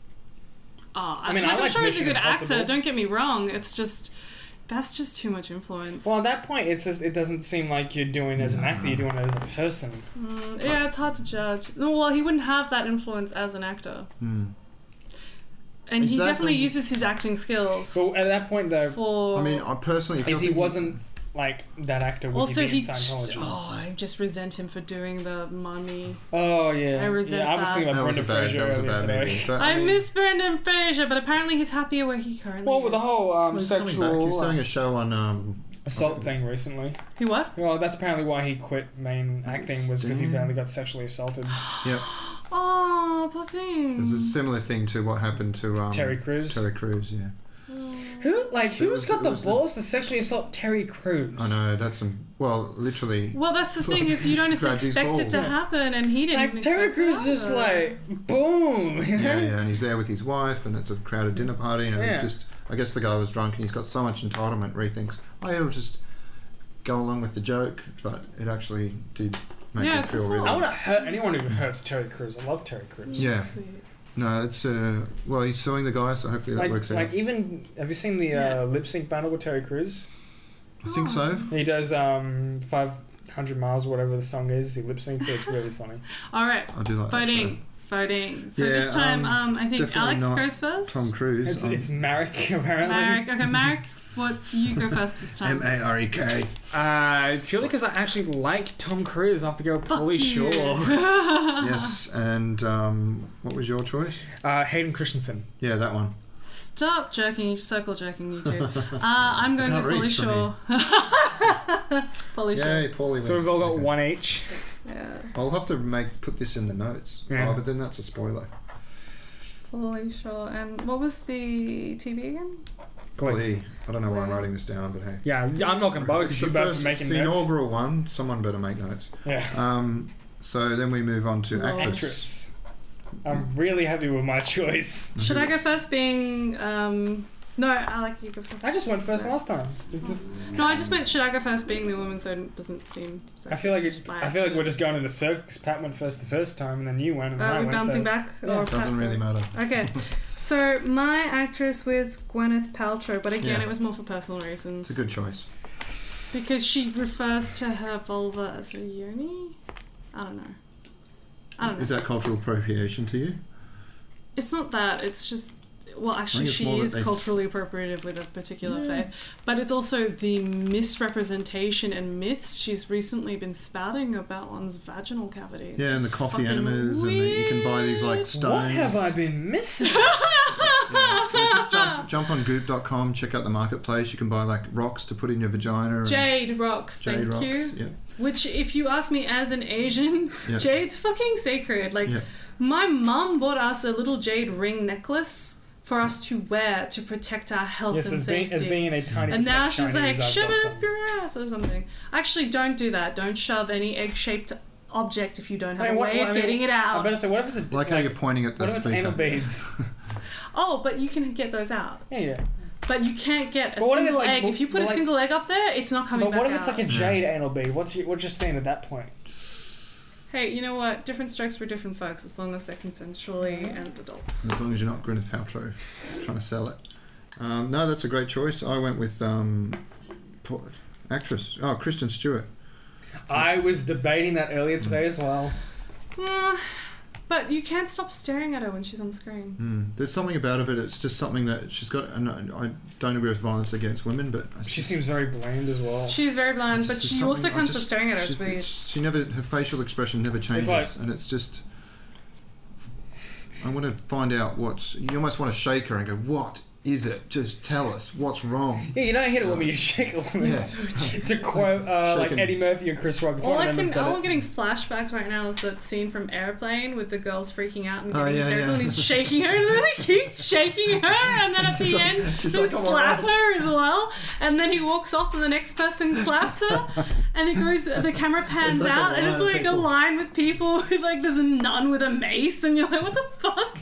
Speaker 2: Ah,
Speaker 3: I mean, I
Speaker 2: like, I'm
Speaker 3: like
Speaker 2: sure he's a
Speaker 3: Mission
Speaker 2: good
Speaker 3: Impossible.
Speaker 2: actor. Don't get me wrong. It's just that's just too much influence.
Speaker 3: Well, at that point, it's just it doesn't seem like you're doing it as an actor. You're doing it as a person.
Speaker 2: Mm, yeah, it's hard to judge. No, well, he wouldn't have that influence as an actor,
Speaker 1: Hmm.
Speaker 2: and he
Speaker 1: Exactly.
Speaker 2: definitely uses his acting skills
Speaker 3: But uh, at that point, though,
Speaker 2: for.
Speaker 1: I mean, I personally.
Speaker 3: if
Speaker 1: you're
Speaker 3: he
Speaker 1: thinking-
Speaker 3: wasn't like that actor, would
Speaker 2: also
Speaker 3: he be
Speaker 2: he
Speaker 3: in
Speaker 2: just,
Speaker 3: Scientology?
Speaker 2: oh, I just resent him for doing the mummy.
Speaker 3: Oh yeah,
Speaker 2: I resent
Speaker 3: yeah, I was
Speaker 2: that.
Speaker 3: thinking
Speaker 1: That
Speaker 3: about
Speaker 1: was a
Speaker 3: Brendan
Speaker 1: bad.
Speaker 3: Fraser
Speaker 1: That was a
Speaker 3: earlier
Speaker 1: bad movie.
Speaker 3: today.
Speaker 1: But,
Speaker 2: I,
Speaker 1: mean,
Speaker 2: miss Brendan Fraser, but apparently he's happier where he currently
Speaker 3: Well, with the
Speaker 2: is.
Speaker 3: whole um,
Speaker 1: he's coming back. He's
Speaker 3: sexual
Speaker 1: doing
Speaker 3: uh,
Speaker 1: a show on. Um,
Speaker 3: assault thing recently.
Speaker 2: he what?
Speaker 3: Well, that's apparently why he quit main acting was because he
Speaker 1: Damn.
Speaker 3: apparently got sexually assaulted.
Speaker 1: yeah,
Speaker 2: Oh, poor thing.
Speaker 1: it's a
Speaker 3: Mm.
Speaker 1: similar thing to what happened to um,
Speaker 3: Terry Crews.
Speaker 1: Terry Crews. Yeah,
Speaker 2: Mm.
Speaker 3: Who like
Speaker 1: It
Speaker 3: who's
Speaker 1: was-
Speaker 3: got
Speaker 1: it
Speaker 3: the
Speaker 1: was the-
Speaker 3: balls to sexually assault Terry Crews?
Speaker 1: I know. That's some. Well, literally.
Speaker 2: Well, that's the thing is you don't
Speaker 1: Grabbed his
Speaker 2: expect it to
Speaker 1: balls.
Speaker 2: happen, and he didn't.
Speaker 3: Like
Speaker 2: even
Speaker 3: Terry
Speaker 2: expect
Speaker 3: Crews
Speaker 2: it
Speaker 3: is just
Speaker 2: either.
Speaker 3: like boom, you know?
Speaker 1: Yeah, yeah, and he's there with his wife, and it's a crowded dinner party, and
Speaker 3: Yeah.
Speaker 1: it's just. I guess the guy was drunk, and he's got so much entitlement. where he thinks, oh, yeah, I'll just go along with the joke, but it actually did make
Speaker 2: Yeah,
Speaker 1: me
Speaker 2: it's
Speaker 1: feel
Speaker 2: assault.
Speaker 1: really.
Speaker 3: I want to hurt anyone who hurts Terry Crews. I love Terry Crews.
Speaker 1: Yeah.
Speaker 2: Sweet.
Speaker 1: No, it's uh, well, he's suing the guy, so hopefully that
Speaker 3: Like,
Speaker 1: works out.
Speaker 3: like even have you seen the
Speaker 2: Yeah.
Speaker 3: uh, lip sync battle with Terry Crews?
Speaker 1: I think so.
Speaker 3: He does um five hundred miles or whatever the song is. He lip syncs it. It's really funny.
Speaker 2: All right,
Speaker 1: I do like that
Speaker 2: voting, voting. So
Speaker 1: Yeah,
Speaker 2: this time,
Speaker 1: um,
Speaker 2: um, I think
Speaker 1: definitely
Speaker 2: Alec
Speaker 1: not
Speaker 2: goes
Speaker 1: show.
Speaker 2: first.
Speaker 1: Tom Cruise.
Speaker 3: It's, it's Marek apparently.
Speaker 2: Marek, okay, Marek, what's you go first this time?
Speaker 1: M A R E K.
Speaker 3: Uh, purely because I actually like Tom Cruise. I have to go with
Speaker 2: Fuck
Speaker 3: Paulie
Speaker 2: you.
Speaker 3: Shore.
Speaker 1: Yes, and um, what was your choice?
Speaker 3: Uh, Hayden Christensen.
Speaker 1: Yeah, that one.
Speaker 2: Stop jerking, circle jerking, you two. Uh, I'm going
Speaker 1: can't
Speaker 2: with Polly
Speaker 1: reach from
Speaker 2: Shaw. Polly Shaw.
Speaker 1: Yay, Paulie.
Speaker 3: So
Speaker 1: wins.
Speaker 3: we've all got
Speaker 1: Okay.
Speaker 3: one each.
Speaker 2: Yeah.
Speaker 1: I'll have to make put this in the notes.
Speaker 3: Yeah.
Speaker 1: Oh, but then that's a spoiler.
Speaker 2: Polly Shaw. And what was the TV again?
Speaker 1: Mm-hmm. Glee. I don't know why I'm writing this down, but hey.
Speaker 3: Yeah, I'm not gonna bother
Speaker 1: It's
Speaker 3: you
Speaker 1: the,
Speaker 3: both
Speaker 1: first,
Speaker 3: for
Speaker 1: it's
Speaker 3: making
Speaker 1: the
Speaker 3: notes.
Speaker 1: inaugural one. Someone better make notes.
Speaker 3: Yeah.
Speaker 1: Um, so then we move on to
Speaker 2: Well,
Speaker 1: actress.
Speaker 3: Actress. I'm really happy with my choice.
Speaker 2: Should I go first? Being um, no, Alec, you go first.
Speaker 3: I just went first last time. It just-
Speaker 2: no, I just meant should I go first? Being the woman, so it doesn't seem. So
Speaker 3: I feel like it,
Speaker 2: by
Speaker 3: I feel like we're
Speaker 2: accident.
Speaker 3: just going in a circle 'cause Pat went first the first time and then you went and then
Speaker 2: Uh,
Speaker 3: I
Speaker 2: we're
Speaker 3: went.
Speaker 2: bouncing
Speaker 3: so-
Speaker 2: back.
Speaker 3: Yeah.
Speaker 2: or
Speaker 1: Doesn't really matter.
Speaker 2: Okay. So my actress was Gwyneth Paltrow, but again,
Speaker 1: Yeah.
Speaker 2: it was more for personal reasons
Speaker 1: It's a good choice.
Speaker 2: because she refers to her vulva as a yoni. I don't know. I don't know.
Speaker 1: Is that cultural appropriation to you?
Speaker 2: It's not that. It's just well, actually,
Speaker 1: it's
Speaker 2: she
Speaker 1: more that
Speaker 2: is
Speaker 1: they s-
Speaker 2: culturally appropriative with a particular faith, but it's also the misrepresentation and myths she's recently been spouting about one's vaginal cavity. It's
Speaker 1: Yeah, and the
Speaker 2: just
Speaker 1: coffee
Speaker 2: fucking
Speaker 1: enemas, and the, you can buy these like
Speaker 2: weird.
Speaker 1: stones.
Speaker 3: What have I been missing?
Speaker 1: Yeah, just jump, jump on goop.com, check out the marketplace. You can buy like rocks to put in your vagina. and
Speaker 2: Jade rocks,
Speaker 1: jade
Speaker 2: thank
Speaker 1: rocks.
Speaker 2: you.
Speaker 1: Yeah.
Speaker 2: Which, if you ask me as an Asian,
Speaker 1: Yeah.
Speaker 2: jade's fucking sacred. Like,
Speaker 1: Yeah.
Speaker 2: my mum bought us a little jade ring necklace for us to wear to protect our health
Speaker 3: yes,
Speaker 2: and
Speaker 3: as being,
Speaker 2: safety.
Speaker 3: as being a tiny
Speaker 2: and now
Speaker 3: percent
Speaker 2: she's
Speaker 3: Chinese,
Speaker 2: like,
Speaker 3: I've
Speaker 2: shove
Speaker 3: got
Speaker 2: it
Speaker 3: some.
Speaker 2: up your ass or something. Actually, don't do that. Don't shove any egg shaped object if you don't have
Speaker 3: I mean,
Speaker 2: a
Speaker 3: what-
Speaker 2: way
Speaker 3: I
Speaker 2: of
Speaker 3: mean,
Speaker 2: getting it
Speaker 3: I
Speaker 2: out.
Speaker 3: better say, what if Oh, it's a,
Speaker 1: Like how you're pointing at the
Speaker 3: what if it's anal
Speaker 1: speaker.
Speaker 3: beads?
Speaker 2: Oh, but you can get those out.
Speaker 3: Yeah, yeah.
Speaker 2: But you can't get a
Speaker 3: But what if it's
Speaker 2: single
Speaker 3: like-
Speaker 2: egg. if you put
Speaker 3: but
Speaker 2: a
Speaker 3: like-
Speaker 2: single egg up there, it's not coming
Speaker 3: But what
Speaker 2: back
Speaker 3: if it's
Speaker 2: out.
Speaker 3: like a jade anal bead? What's your what's your stand at that point?
Speaker 2: Hey, you know what? Different strokes for different folks, as long as they're consensually and adults.
Speaker 1: As long as you're not Gwyneth Paltrow trying to sell it. Um, no, that's a great choice. I went with um, po- actress. Oh, Kristen Stewart.
Speaker 3: I was debating that earlier today as well.
Speaker 2: Mm, but you can't stop staring at her when she's on screen.
Speaker 1: Mm. There's something about it, but it's just something that she's got. And I I don't agree with violence against women, but I
Speaker 3: She
Speaker 1: just-
Speaker 3: seems very bland as well.
Speaker 2: She's very blind, but
Speaker 1: Just
Speaker 2: she
Speaker 1: something-
Speaker 2: also
Speaker 1: I
Speaker 2: can't
Speaker 1: just-
Speaker 2: stop staring at her.
Speaker 1: She,
Speaker 2: It's weird.
Speaker 1: she never, her facial expression never changes,
Speaker 3: like-
Speaker 1: and it's just. I want to find out what's. You almost want to shake her and go, "What is it? Just tell us what's wrong."
Speaker 3: Yeah, you don't hit a woman, you shake a woman.
Speaker 1: Yeah.
Speaker 3: to quote uh, like
Speaker 1: Shaken.
Speaker 3: Eddie Murphy or Chris Rock, it's
Speaker 2: All
Speaker 3: one
Speaker 2: I
Speaker 3: of
Speaker 2: can,
Speaker 3: them that said
Speaker 2: all
Speaker 3: it.
Speaker 2: I'm getting flashbacks right now is that scene from Airplane with the girls freaking out and
Speaker 1: Oh,
Speaker 2: getting
Speaker 1: yeah,
Speaker 2: hysterical,
Speaker 1: yeah.
Speaker 2: and he's shaking her, and then he keeps shaking her, and then at
Speaker 1: She's
Speaker 2: the
Speaker 1: like-
Speaker 2: end,
Speaker 1: she's
Speaker 2: they
Speaker 1: like, "I'm
Speaker 2: slap
Speaker 1: alright."
Speaker 2: her as well, and then he walks off, and the next person slaps her, and it goes, the camera pans
Speaker 1: like a
Speaker 2: out, and
Speaker 1: line
Speaker 2: it's
Speaker 1: of
Speaker 2: like
Speaker 1: people.
Speaker 2: a line with people, with like there's a nun with a mace, and you're like, what the fuck?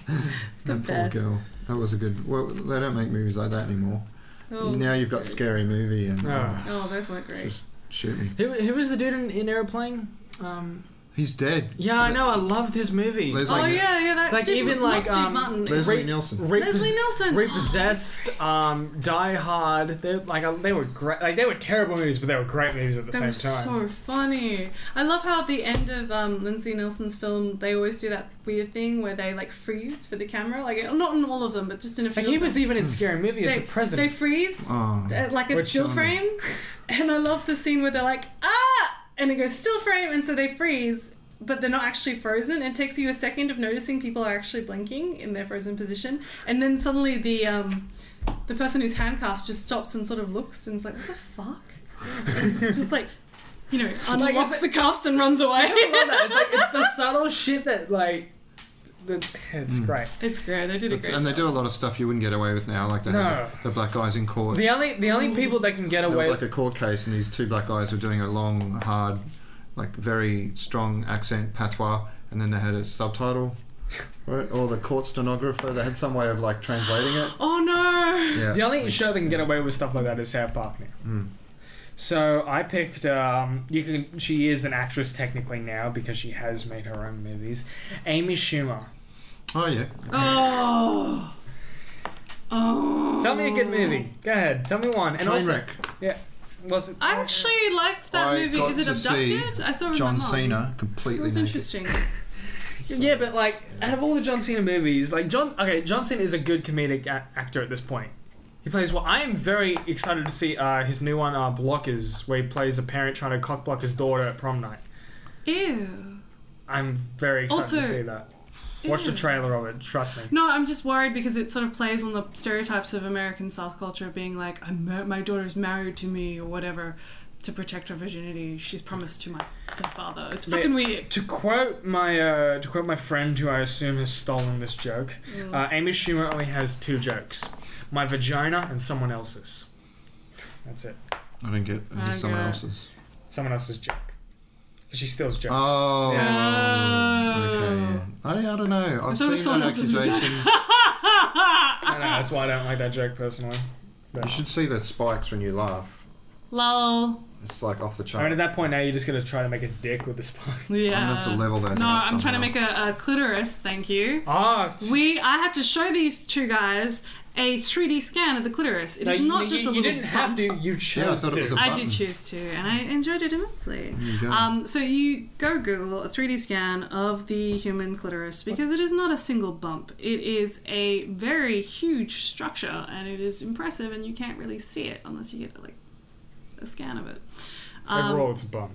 Speaker 2: It's the
Speaker 1: That poor
Speaker 2: best.
Speaker 1: girl. That was a good. Well, they don't make movies like that anymore.
Speaker 2: Oh,
Speaker 1: now you've got scary movie and
Speaker 3: Oh.
Speaker 1: oh,
Speaker 2: Oh, those weren't great.
Speaker 1: just shoot me.
Speaker 3: Who, who was the dude in, in Airplane? Um,
Speaker 1: He's dead.
Speaker 3: yeah, I know. I loved his movies. Uh,
Speaker 1: Leslie-
Speaker 2: Oh
Speaker 1: like-
Speaker 2: yeah, yeah, that.
Speaker 3: like,
Speaker 2: Steve,
Speaker 3: even,
Speaker 2: not
Speaker 3: like,
Speaker 2: Steve
Speaker 3: um,
Speaker 2: Martin.
Speaker 1: Leslie
Speaker 3: Re-
Speaker 1: Nielsen.
Speaker 3: Repos-
Speaker 2: Leslie Nielsen.
Speaker 3: Repossessed, um, Die Hard. They like uh, they were great. Like they were terrible movies, but they were great movies at the
Speaker 2: That
Speaker 3: same
Speaker 2: was
Speaker 3: time.
Speaker 2: so funny. I love how at the end of um, Lindsay Nielsen's film, they always do that weird thing where they like freeze for the camera. Like not in all of them, but just in a few.
Speaker 3: like he
Speaker 2: of
Speaker 3: was
Speaker 2: them.
Speaker 3: even in scary movie as
Speaker 2: They-
Speaker 3: the president.
Speaker 2: They freeze
Speaker 1: Oh.
Speaker 2: uh, like a
Speaker 3: Which
Speaker 2: still
Speaker 1: genre?
Speaker 2: frame, and I love the scene where they're like ah, and it goes still frame, and so they freeze. But they're not actually frozen. It takes you a second of noticing people are actually blinking in their frozen position, and then suddenly the um, the person who's handcuffed just stops and sort of looks and is like, "What the fuck?" just like you know
Speaker 3: Like,
Speaker 2: unlocks
Speaker 3: it's-
Speaker 2: the cuffs and runs away.
Speaker 3: it's, like, it's the subtle shit that like. that- It's
Speaker 1: Mm.
Speaker 3: great.
Speaker 2: it's great. They did a
Speaker 1: It's-
Speaker 2: great.
Speaker 1: and they
Speaker 2: job.
Speaker 1: do a lot of stuff you wouldn't get away with now, like they
Speaker 3: No.
Speaker 1: had the, the black guys in court.
Speaker 3: The only the only people that can get
Speaker 1: It
Speaker 3: away
Speaker 1: was like a court case, and these two black guys were doing a long, hard, like very strong accent patois, and then they had a subtitle, right? Or the court stenographer. They had some way of like translating it.
Speaker 2: Oh no!
Speaker 1: Yeah. Hmm.
Speaker 3: The only show that can get away with stuff like that is South Park now. So I picked. Um, you can. She is an actress technically now because she has made her own movies. Amy Schumer.
Speaker 1: Oh yeah.
Speaker 2: Oh. Oh.
Speaker 3: Tell me a good movie. Go ahead. Tell me one. And also,
Speaker 1: Trainwreck.
Speaker 3: was it?
Speaker 2: I actually liked that
Speaker 1: I
Speaker 2: movie.
Speaker 1: got
Speaker 2: Is it
Speaker 1: to see
Speaker 2: abducted? I saw it with my
Speaker 1: John
Speaker 2: mum.
Speaker 1: Cena
Speaker 2: It
Speaker 1: completely
Speaker 2: Oh, was
Speaker 1: naked.
Speaker 2: interesting.
Speaker 3: Yeah, but like out of all the John Cena movies, like John. Okay, John Cena is a good comedic a- actor at this point. He plays well. I am very excited to see uh, his new one, uh, Blockers, where he plays a parent trying to cockblock his daughter at prom night.
Speaker 2: Ew.
Speaker 3: I'm very excited to
Speaker 2: Also-
Speaker 3: see that. Watch the
Speaker 2: Ew.
Speaker 3: trailer of it. Trust me.
Speaker 2: No, I'm just worried because it sort of plays on the stereotypes of American South culture being like, I'm mar- my daughter's married to me or whatever to protect her virginity. She's promised to my the father. It's
Speaker 3: Mate,
Speaker 2: fucking weird.
Speaker 3: To quote my uh, to quote my friend, who I assume has stolen this joke,
Speaker 2: Mm.
Speaker 3: uh, Amy Schumer only has two jokes: my vagina and someone else's. That's it.
Speaker 1: I didn't get. I
Speaker 2: I
Speaker 1: did someone
Speaker 2: got-
Speaker 1: else's.
Speaker 3: Someone else's joke. 'Cause she steals jokes.
Speaker 1: Oh. Okay.
Speaker 2: Oh.
Speaker 1: Yeah. I, I don't know. I've
Speaker 2: thought it was
Speaker 1: seen
Speaker 2: someone
Speaker 1: that
Speaker 2: else's
Speaker 1: accusation.
Speaker 3: I know, that's why I don't like that joke personally.
Speaker 1: you should see the spikes when you laugh.
Speaker 2: Lol.
Speaker 1: It's like off the
Speaker 3: I mean,
Speaker 1: chart.
Speaker 3: at that point now, you're just gonna try to make a dick with the spine.
Speaker 2: Yeah.
Speaker 1: I'm gonna have to level those
Speaker 2: no,
Speaker 1: out
Speaker 2: I'm
Speaker 1: somehow.
Speaker 2: trying to make a, a clitoris. Thank you.
Speaker 3: Ah,
Speaker 2: We, I had to show these two guys a 3D scan of the clitoris. It
Speaker 3: No,
Speaker 2: is
Speaker 3: you-
Speaker 2: not
Speaker 3: you,
Speaker 2: just a
Speaker 3: you
Speaker 2: little
Speaker 3: didn't have
Speaker 2: bump.
Speaker 3: to. You chose
Speaker 1: thought it
Speaker 3: to.
Speaker 1: was a
Speaker 2: I
Speaker 1: button.
Speaker 2: did choose to, and I enjoyed it immensely.
Speaker 1: There you go.
Speaker 2: Um, so you go Google a 3D scan of the human clitoris because it is not a single bump. It is a very huge structure, and it is impressive, and you can't really see it unless you get like a scan of it. Um,
Speaker 3: Overall, it's a bump.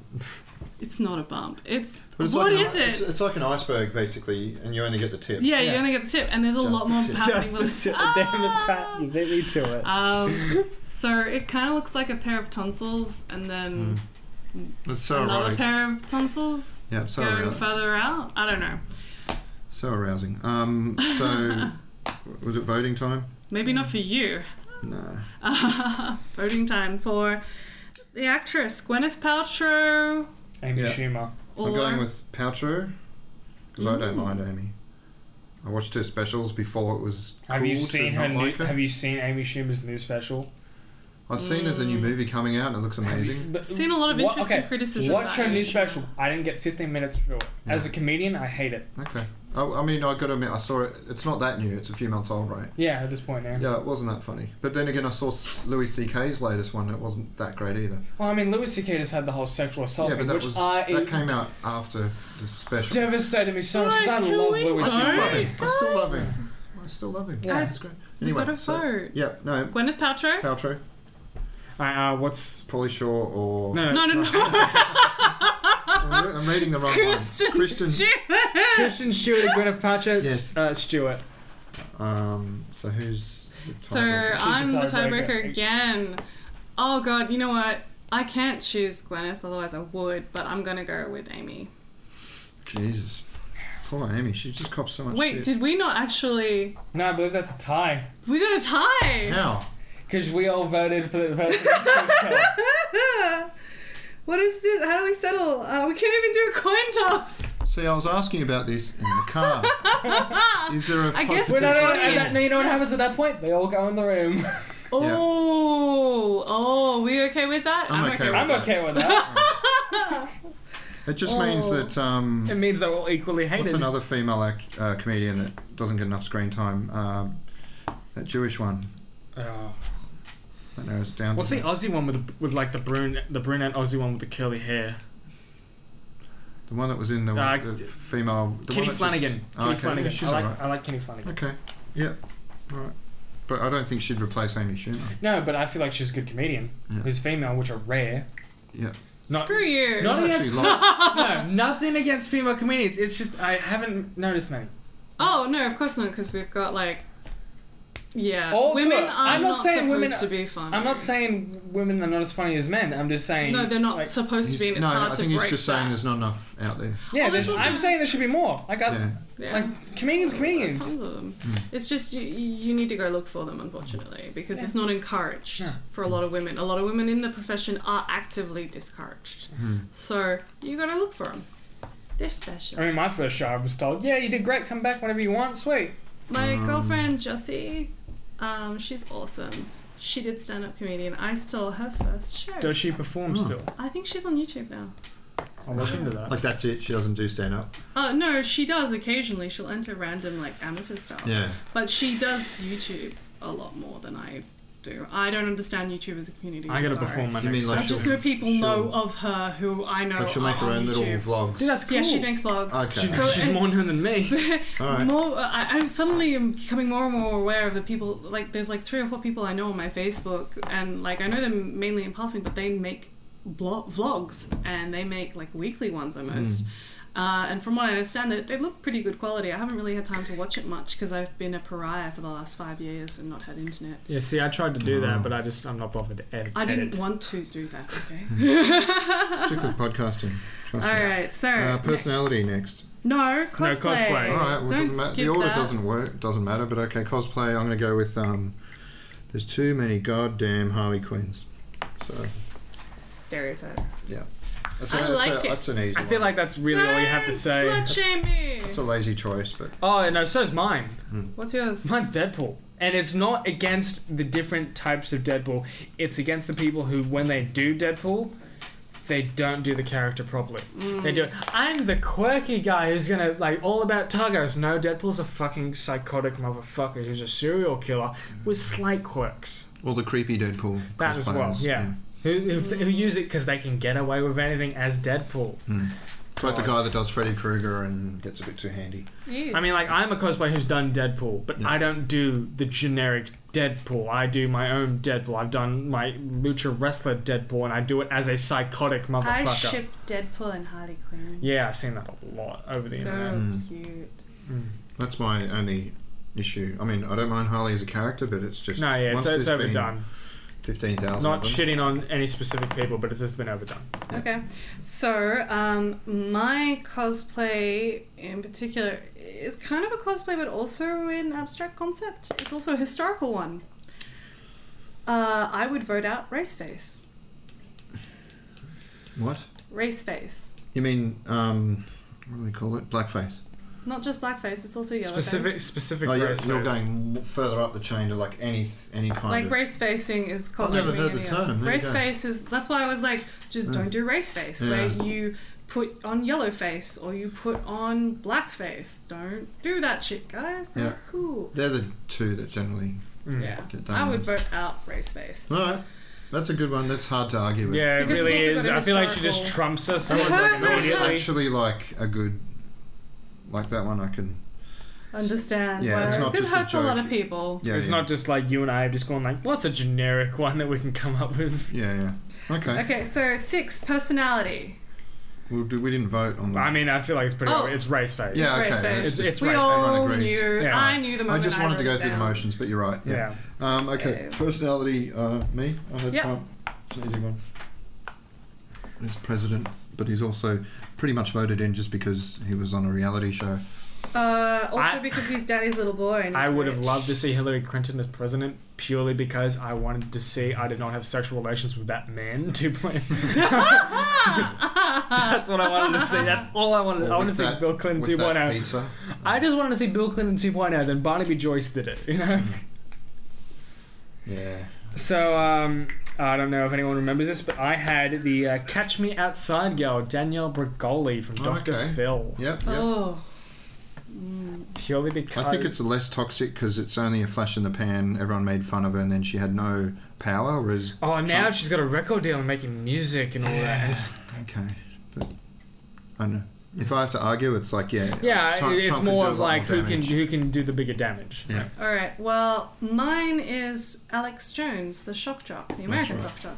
Speaker 2: it's not a bump. It's,
Speaker 1: But it's
Speaker 2: what
Speaker 1: like an-
Speaker 2: is
Speaker 1: It's,
Speaker 2: it?
Speaker 1: it's like an iceberg, basically, and you only get the tip.
Speaker 2: yeah,
Speaker 3: Yeah.
Speaker 2: you only get the tip, and there's a
Speaker 1: Just
Speaker 2: lot
Speaker 1: the
Speaker 2: more
Speaker 1: tip.
Speaker 2: happening
Speaker 3: Just the
Speaker 2: with
Speaker 3: tip.
Speaker 2: Ah!
Speaker 3: Damn it, Pat. You beat me to it.
Speaker 2: Um, so it kind of looks like a pair of tonsils, and then
Speaker 1: It's so
Speaker 2: another
Speaker 1: erotic.
Speaker 2: pair of tonsils
Speaker 1: Yeah, so
Speaker 2: going
Speaker 1: erotic.
Speaker 2: further out. I don't know.
Speaker 1: So arousing. Um, so, was it voting time?
Speaker 2: Maybe not for you.
Speaker 1: No.
Speaker 2: voting time for the actress Gwyneth Paltrow.
Speaker 3: Amy
Speaker 1: Yeah.
Speaker 3: Schumer.
Speaker 2: Or
Speaker 1: I'm going with Paltrow because I don't
Speaker 2: Ooh.
Speaker 1: mind Amy. I watched her specials before it was cool
Speaker 3: Have you
Speaker 1: to
Speaker 3: seen her?
Speaker 1: not
Speaker 3: New,
Speaker 1: like her.
Speaker 3: Have you seen Amy Schumer's new special?
Speaker 1: I've seen there's a
Speaker 2: Mm.
Speaker 1: new movie coming out and it looks amazing.
Speaker 3: But-
Speaker 2: seen a lot of
Speaker 3: What-
Speaker 2: interesting
Speaker 3: okay,
Speaker 2: criticism.
Speaker 3: Watch
Speaker 2: about
Speaker 3: her new
Speaker 2: Amy Schumer.
Speaker 3: special. I didn't get 15 minutes through it. As a
Speaker 1: Yeah.
Speaker 3: comedian, I hate it.
Speaker 1: Okay. I, I mean, I got to admit, I saw it. It's not that new. It's a few months old, right?
Speaker 3: Yeah, at this point now.
Speaker 1: Yeah, it wasn't that funny. But then again, I saw S- Louis C.K.'s latest one. It wasn't that great either.
Speaker 3: Well, I mean, Louis C.K. just had the whole sexual assault
Speaker 1: yeah,
Speaker 3: thing,
Speaker 1: but that
Speaker 3: which
Speaker 1: was
Speaker 3: I
Speaker 1: that came out after the special.
Speaker 3: devastated me so much because I
Speaker 2: Right, can
Speaker 3: love
Speaker 2: we
Speaker 1: I
Speaker 3: Louis
Speaker 2: It's
Speaker 1: still love
Speaker 3: C.K.
Speaker 1: him. I still love him. I still love him.
Speaker 3: Yeah.
Speaker 1: Yeah, it's great.
Speaker 2: We
Speaker 1: Anyway,
Speaker 2: gotta
Speaker 1: so,
Speaker 2: vote.
Speaker 1: yeah, no,
Speaker 2: Gwyneth Paltrow.
Speaker 1: Paltrow,
Speaker 3: Uh, uh, what's
Speaker 1: Polly Shaw, or
Speaker 3: no,
Speaker 2: No,
Speaker 3: no,
Speaker 2: no, no.
Speaker 1: I'm reading the wrong
Speaker 2: Kristen.
Speaker 1: one. Kristen
Speaker 2: Stewart.
Speaker 3: Christian Stewart and Gwyneth Paltrow?
Speaker 1: Yes.
Speaker 3: Uh, Stewart.
Speaker 1: Um, so who's the
Speaker 2: So uh,
Speaker 1: tiebreaker?
Speaker 3: the
Speaker 2: I'm the
Speaker 3: tiebreaker.
Speaker 2: tiebreaker again. Oh god, you know what? I can't choose Gwyneth, otherwise I would. But I'm gonna go with Amy.
Speaker 1: Jesus. Poor Amy, she just copped so much
Speaker 2: Wait,
Speaker 1: Oh, shit.
Speaker 2: did we not actually?
Speaker 3: No, I believe that's a tie
Speaker 2: We got a tie.
Speaker 1: How?
Speaker 3: because we all voted for the person.
Speaker 2: what is this? How do we settle? Uh, we can't even do a coin toss.
Speaker 1: See, I was asking about this in the car. Is there a
Speaker 2: I guess
Speaker 3: well, no, no, no, and
Speaker 1: potential-
Speaker 3: that, no, you know what happens at that point? They all go in the room.
Speaker 2: Oh, oh, we okay with that?
Speaker 1: I'm okay with
Speaker 3: I'm
Speaker 1: that.
Speaker 3: okay with that.
Speaker 1: It just means that um,
Speaker 3: it means they're all equally
Speaker 1: what's
Speaker 3: hated.
Speaker 1: another female act, uh, comedian that doesn't get enough screen time? Um, that Jewish one.
Speaker 3: Oh.
Speaker 1: That narrows it down.
Speaker 3: What's the
Speaker 1: doesn't it?
Speaker 3: Aussie one with with like the brune the brunette Aussie one with the curly hair?
Speaker 1: The one that was in the,
Speaker 3: Uh,
Speaker 1: the female. The
Speaker 3: Kenny
Speaker 1: one that
Speaker 3: Flanagan.
Speaker 1: Just, Oh,
Speaker 3: Kenny
Speaker 1: okay.
Speaker 3: Flanagan.
Speaker 1: Yeah, she's
Speaker 3: I like
Speaker 1: alright.
Speaker 3: I like Kenny Flanagan.
Speaker 1: Okay. Yep. Alright. But I don't think she'd replace Amy Schumer.
Speaker 3: No, but I feel like she's a good comedian.
Speaker 1: Yeah.
Speaker 3: Who's female, which are rare.
Speaker 1: Yeah.
Speaker 3: Not-
Speaker 2: Screw you.
Speaker 3: Not
Speaker 1: There's
Speaker 3: against-
Speaker 1: actually like,
Speaker 3: no, nothing against female comedians. It's just I haven't noticed many.
Speaker 2: oh no, of course not, because we've got like, yeah,
Speaker 3: All to
Speaker 2: women
Speaker 3: it.
Speaker 2: are
Speaker 3: I'm not
Speaker 2: not
Speaker 3: saying
Speaker 2: supposed
Speaker 3: women-
Speaker 2: to be funny.
Speaker 3: I'm not saying women are not as funny as men. I'm just saying
Speaker 2: No, they're not
Speaker 3: Like,
Speaker 2: supposed to be. And it's
Speaker 1: no,
Speaker 2: hard
Speaker 1: I
Speaker 2: to
Speaker 1: think
Speaker 2: break
Speaker 1: he's just
Speaker 2: that.
Speaker 1: saying there's not enough out there.
Speaker 3: yeah,
Speaker 2: Oh, there's
Speaker 3: there's-
Speaker 2: also-
Speaker 3: I'm saying there should be more. Like, I,
Speaker 1: Yeah.
Speaker 2: Yeah.
Speaker 3: like comedians,
Speaker 2: There are
Speaker 3: comedians. Hmm.
Speaker 2: Tons of them. It's just you, you need to go look for them, unfortunately, because
Speaker 3: Yeah.
Speaker 2: it's not encouraged
Speaker 3: Yeah.
Speaker 2: for a lot of women. A lot of women in the profession are actively discouraged,
Speaker 1: Hmm.
Speaker 2: so you got to look for them. They're special.
Speaker 3: I mean, my first show, I was told, yeah, you did great. Come back whenever you want. Sweet.
Speaker 2: My
Speaker 1: Mm.
Speaker 2: girlfriend Jessie, um, she's awesome. She did stand up comedian. I stole her first show.
Speaker 3: Does she perform
Speaker 1: Oh.
Speaker 3: still?
Speaker 2: I think she's on YouTube now.
Speaker 3: I'll look into that.
Speaker 1: Like that's it. She doesn't do stand up.
Speaker 2: Uh, no, she does occasionally. She'll enter random like amateur stuff.
Speaker 1: Yeah.
Speaker 2: But she does YouTube a lot more than I do. I don't understand YouTube as a community.
Speaker 3: I gotta
Speaker 2: I'm sorry.
Speaker 3: perform my
Speaker 1: You
Speaker 3: next
Speaker 1: mean like
Speaker 2: I just
Speaker 1: she'll-
Speaker 2: know people
Speaker 1: she'll-
Speaker 2: know of her who I know.
Speaker 1: Like she'll
Speaker 2: are
Speaker 1: make her
Speaker 2: on
Speaker 1: own little
Speaker 2: YouTube.
Speaker 1: vlogs.
Speaker 3: Dude, that's cool.
Speaker 2: Yeah, she makes vlogs.
Speaker 1: Okay.
Speaker 3: She's,
Speaker 1: So
Speaker 3: she's
Speaker 2: it-
Speaker 3: more known than me.
Speaker 1: All right.
Speaker 2: More, uh, I, I'm suddenly am becoming more and more aware of the people. Like, there's like three or four people I know on my Facebook, and like I know them mainly in passing, but they make blo- vlogs and they make like weekly ones almost.
Speaker 1: Hmm.
Speaker 2: Uh, and from what I understand, they, they look pretty good quality. I haven't really had time to watch it much because I've been a pariah for the last five years and not had internet.
Speaker 3: yeah, see, I tried to do
Speaker 1: Mm.
Speaker 3: that, but I just I'm not bothered to edit.
Speaker 2: I didn't
Speaker 3: edit.
Speaker 2: want to do that. Okay.
Speaker 1: Hmm. Stick with podcasting. Trust
Speaker 2: All
Speaker 1: me.
Speaker 2: right. So
Speaker 1: Uh,
Speaker 2: next.
Speaker 1: personality next.
Speaker 2: No cosplay.
Speaker 3: cosplay.
Speaker 1: All right. Well,
Speaker 2: Don't
Speaker 1: doesn't matter.
Speaker 2: skip
Speaker 1: The order
Speaker 2: that.
Speaker 1: doesn't work. Doesn't matter. But okay, cosplay. I'm going to go with. Um, there's too many goddamn Harley Quinns. So
Speaker 2: Stereotype.
Speaker 1: yeah. That's,
Speaker 2: I
Speaker 1: that's,
Speaker 2: like
Speaker 1: a,
Speaker 2: it.
Speaker 1: that's an easy.
Speaker 3: I feel
Speaker 1: one.
Speaker 3: like that's really all you have to
Speaker 2: Don't
Speaker 3: say.
Speaker 2: Slut shame me.
Speaker 1: it's a lazy choice, but
Speaker 3: Oh no, so's mine.
Speaker 2: What's yours?
Speaker 3: Mine's Deadpool. And it's not against the different types of Deadpool. It's against the people who, when they do Deadpool, they don't do the character properly.
Speaker 2: Mm.
Speaker 3: They do. I'm the quirky guy who's gonna like all about tacos. No, Deadpool's a fucking psychotic motherfucker who's a serial killer with slight quirks.
Speaker 1: Or the creepy Deadpool.
Speaker 3: That as well,
Speaker 1: cosplayers,
Speaker 3: yeah. Who, who, who use it because they can get away with anything as Deadpool.
Speaker 1: Mm. It's like the
Speaker 3: God.
Speaker 1: guy that does Freddy Krueger and gets a bit too handy.
Speaker 2: Ew.
Speaker 3: I mean, like I'm a cosplayer who's done Deadpool, but
Speaker 1: Yeah.
Speaker 3: I don't do the generic Deadpool. I do my own Deadpool. I've done my lucha wrestler Deadpool, and I do it as a psychotic motherfucker.
Speaker 2: I ship Deadpool and Harley Quinn.
Speaker 3: yeah, I've seen that a lot over the internet.
Speaker 2: so
Speaker 1: Mm.
Speaker 2: cute.
Speaker 1: That's my only issue. I mean, I don't mind Harley as a character, but it's just
Speaker 3: No, yeah, it's,
Speaker 1: once
Speaker 3: it's
Speaker 1: there's been
Speaker 3: overdone.
Speaker 1: Fifteen thousand.
Speaker 3: Not shitting on any specific people, but it's just been overdone.
Speaker 2: Okay, so um, my cosplay in particular is kind of a cosplay, but also an abstract concept. It's also a historical one. Uh, I would vote out Raceface.
Speaker 1: What?
Speaker 2: Raceface.
Speaker 1: You mean um, what do they call it? Blackface.
Speaker 2: Not just blackface, it's also yellowface.
Speaker 3: Specific, specific.
Speaker 1: Oh yeah,
Speaker 3: race
Speaker 1: you're
Speaker 3: phase.
Speaker 1: going m- further up the chain to like any any kind
Speaker 2: Like
Speaker 1: of.
Speaker 2: race facing is called.
Speaker 1: never
Speaker 2: me
Speaker 1: heard the
Speaker 2: any
Speaker 1: term.
Speaker 2: other-
Speaker 1: There you
Speaker 2: Race
Speaker 1: go.
Speaker 2: face is. That's why I was like, just
Speaker 1: Yeah.
Speaker 2: don't do race face,
Speaker 1: Yeah.
Speaker 2: where you put on yellow face or you put on black face. Don't do that shit, guys. Not
Speaker 1: Yeah.
Speaker 2: cool.
Speaker 1: They're the two that generally.
Speaker 3: Mm.
Speaker 2: Yeah.
Speaker 1: Get down
Speaker 2: I would
Speaker 1: there.
Speaker 2: vote out race face.
Speaker 1: All right, that's a good one. That's hard to argue with.
Speaker 3: Yeah, it
Speaker 2: Because it's
Speaker 3: really
Speaker 2: also
Speaker 3: is.
Speaker 2: got a
Speaker 3: I feel like she just
Speaker 2: historical-
Speaker 3: trumps us.
Speaker 1: That one's, like, that one's
Speaker 3: immediately.
Speaker 1: actually like a good, like that one. I can.
Speaker 2: Understand.
Speaker 1: Yeah,
Speaker 2: where
Speaker 1: it's not
Speaker 2: it
Speaker 1: just a
Speaker 2: hurts a, lot
Speaker 1: joke.
Speaker 2: of people.
Speaker 1: Yeah,
Speaker 3: it's
Speaker 1: yeah.
Speaker 3: not just like you and I have just gone like, what's a generic one that we can come up with?
Speaker 1: Yeah, yeah. Okay.
Speaker 2: Okay, so six personality.
Speaker 1: Well, do- we didn't vote on that.
Speaker 3: I mean, I feel like it's pretty.
Speaker 2: Oh.
Speaker 3: It's race phase.
Speaker 1: Yeah, okay.
Speaker 2: race face.
Speaker 1: that's
Speaker 3: It's-
Speaker 1: just-
Speaker 3: it's
Speaker 2: we
Speaker 3: race face.
Speaker 2: all
Speaker 1: Everyone agrees.
Speaker 2: knew.
Speaker 3: Yeah.
Speaker 2: I knew the
Speaker 1: I
Speaker 2: moment.
Speaker 1: just wanted to go
Speaker 2: wrote it
Speaker 1: through the
Speaker 2: down.
Speaker 1: motions, but you're right.
Speaker 3: Yeah.
Speaker 1: Yeah. Um, okay.
Speaker 2: So-
Speaker 1: Personality. Uh, me. I had
Speaker 2: Yeah.
Speaker 1: Trump. It's an easy one. He's president, but he's also pretty much voted in just because he was on a reality show.
Speaker 2: Uh, also
Speaker 3: I-
Speaker 2: because he's daddy's little boy. And he's
Speaker 3: I would have
Speaker 2: rich.
Speaker 3: loved to see Hillary Clinton as president purely because I wanted to see I did not have sexual relations with that man to play. That's what I wanted to see. That's all I wanted. I
Speaker 1: Or
Speaker 3: wanted
Speaker 1: with
Speaker 3: to see
Speaker 1: that-
Speaker 3: Bill Clinton
Speaker 1: with that
Speaker 3: 2.0.
Speaker 1: pizza.
Speaker 3: I just wanted to see Bill Clinton 2.0. Then Barnaby Joyce did it, you know.
Speaker 1: Yeah.
Speaker 3: So um, I don't know if anyone remembers this, but I had the uh, Catch Me Outside girl Danielle Brigoli from
Speaker 1: Oh,
Speaker 3: Doctor
Speaker 1: okay.
Speaker 3: Phil
Speaker 1: Yep. yep.
Speaker 2: Oh. Mm.
Speaker 3: purely because
Speaker 1: I think it's less toxic because it's only a flash in the pan. Everyone made fun of her, and then she had no power. Whereas
Speaker 3: Oh, now
Speaker 1: Trump-
Speaker 3: she's got a record deal and making music and all that. And s-
Speaker 1: Okay, but I don't know. If I have to argue, it's like yeah,
Speaker 3: yeah,
Speaker 1: Trump-
Speaker 3: it's
Speaker 1: Trump could
Speaker 3: more
Speaker 1: do a
Speaker 3: of
Speaker 1: lot
Speaker 3: like who can
Speaker 1: damage.
Speaker 3: who can do the bigger damage.
Speaker 1: Yeah,
Speaker 2: All right. Well, mine is Alex Jones, the shock jock, the American
Speaker 1: right.
Speaker 2: shock jock.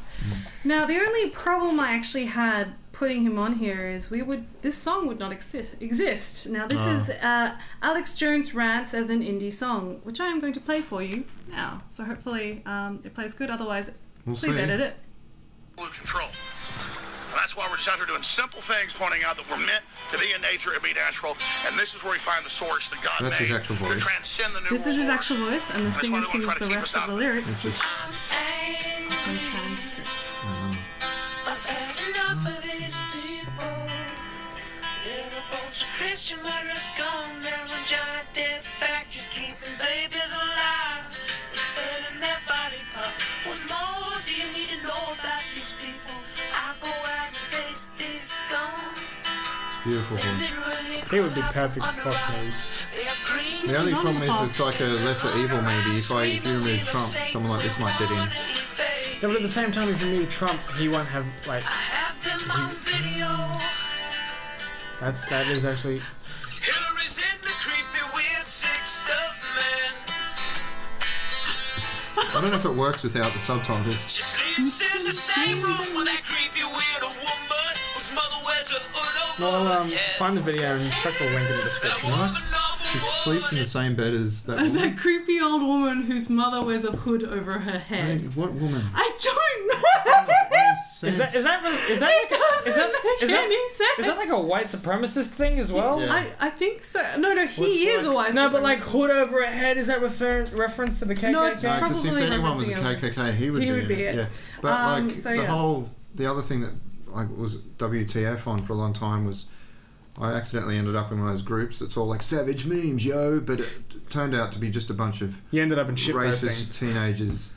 Speaker 2: Now, the only problem I actually had putting him on here is we would this song would not exist. Exist. Now, this
Speaker 1: Ah.
Speaker 2: is uh, Alex Jones rants as an indie song, which I am going to play for you now. So hopefully um, it plays good. Otherwise,
Speaker 1: We'll
Speaker 2: please
Speaker 1: see.
Speaker 2: edit it.
Speaker 4: absolute control. And that's why we're just out here doing simple things, pointing out that we're meant to be in nature and be natural. And this is where we find the source that God
Speaker 1: That's
Speaker 4: made
Speaker 1: his actual
Speaker 4: to
Speaker 1: voice.
Speaker 4: transcend the new
Speaker 2: This is his
Speaker 4: world
Speaker 2: actual voice, and the
Speaker 4: That's
Speaker 2: singer
Speaker 4: why they wanna
Speaker 2: sings
Speaker 4: try to
Speaker 2: the
Speaker 4: keep
Speaker 2: rest
Speaker 4: us
Speaker 2: of
Speaker 4: out.
Speaker 2: the lyrics
Speaker 1: it's just
Speaker 2: from transcripts.
Speaker 5: I've had enough of these people. Little bunch of Christian murderers gone down on giant death factories, keeping babies alive, They're selling their body parts. What more do you need to know about these people? I go out and face these scum.
Speaker 1: beautiful. Voice.
Speaker 3: He would be perfect for Fox News.
Speaker 1: The only problem is it's like a lesser evil maybe. If I if you remove Trump, someone like this might get in.
Speaker 3: Yeah, but at the same time, if you meet Trump, he won't have like
Speaker 5: I have them on video.
Speaker 3: that's that is actually
Speaker 5: Hillary's in the creepy, weird, sick stuff, man.
Speaker 1: I don't know if it works without the subtitles.
Speaker 5: She sleeps in the same room with that creepy, weirdo woman whose mother wears a hood
Speaker 3: well
Speaker 5: over
Speaker 3: um
Speaker 5: her head.
Speaker 3: find the video and chuck the link in the
Speaker 5: That
Speaker 3: description.
Speaker 5: woman
Speaker 1: She
Speaker 5: of a
Speaker 1: sleeps in the
Speaker 5: woman
Speaker 1: same bed as that woman.
Speaker 2: That creepy old woman whose mother wears a hood over her
Speaker 1: Hey,
Speaker 2: head.
Speaker 1: What woman?
Speaker 2: I don't know.
Speaker 3: Is that is that really- is that
Speaker 2: It
Speaker 3: like, is that,
Speaker 2: doesn't
Speaker 3: is
Speaker 2: make
Speaker 3: that,
Speaker 2: any sense.
Speaker 3: Is that like a white supremacist thing as well?
Speaker 1: Yeah.
Speaker 2: I, I think so. No, no, he
Speaker 1: it's
Speaker 2: is a
Speaker 1: like-
Speaker 2: white.
Speaker 3: No, but
Speaker 2: supremacist.
Speaker 3: like hood over a head is that refer- reference to the KKK?
Speaker 2: No, it's not.
Speaker 1: because if
Speaker 2: probably
Speaker 1: anyone was a
Speaker 2: referencing him.
Speaker 1: KKK, he would
Speaker 2: He
Speaker 1: be.
Speaker 2: would
Speaker 1: in
Speaker 2: be
Speaker 1: it.
Speaker 2: it.
Speaker 1: Yeah, but
Speaker 2: Um,
Speaker 1: like
Speaker 2: so,
Speaker 1: the
Speaker 2: yeah.
Speaker 1: whole the other thing that like was WTF on for a long time was I accidentally ended up in one of those groups that's all like savage memes, yo, but it turned out to be just a bunch of
Speaker 3: You ended up in shit posting.
Speaker 1: racist teenagers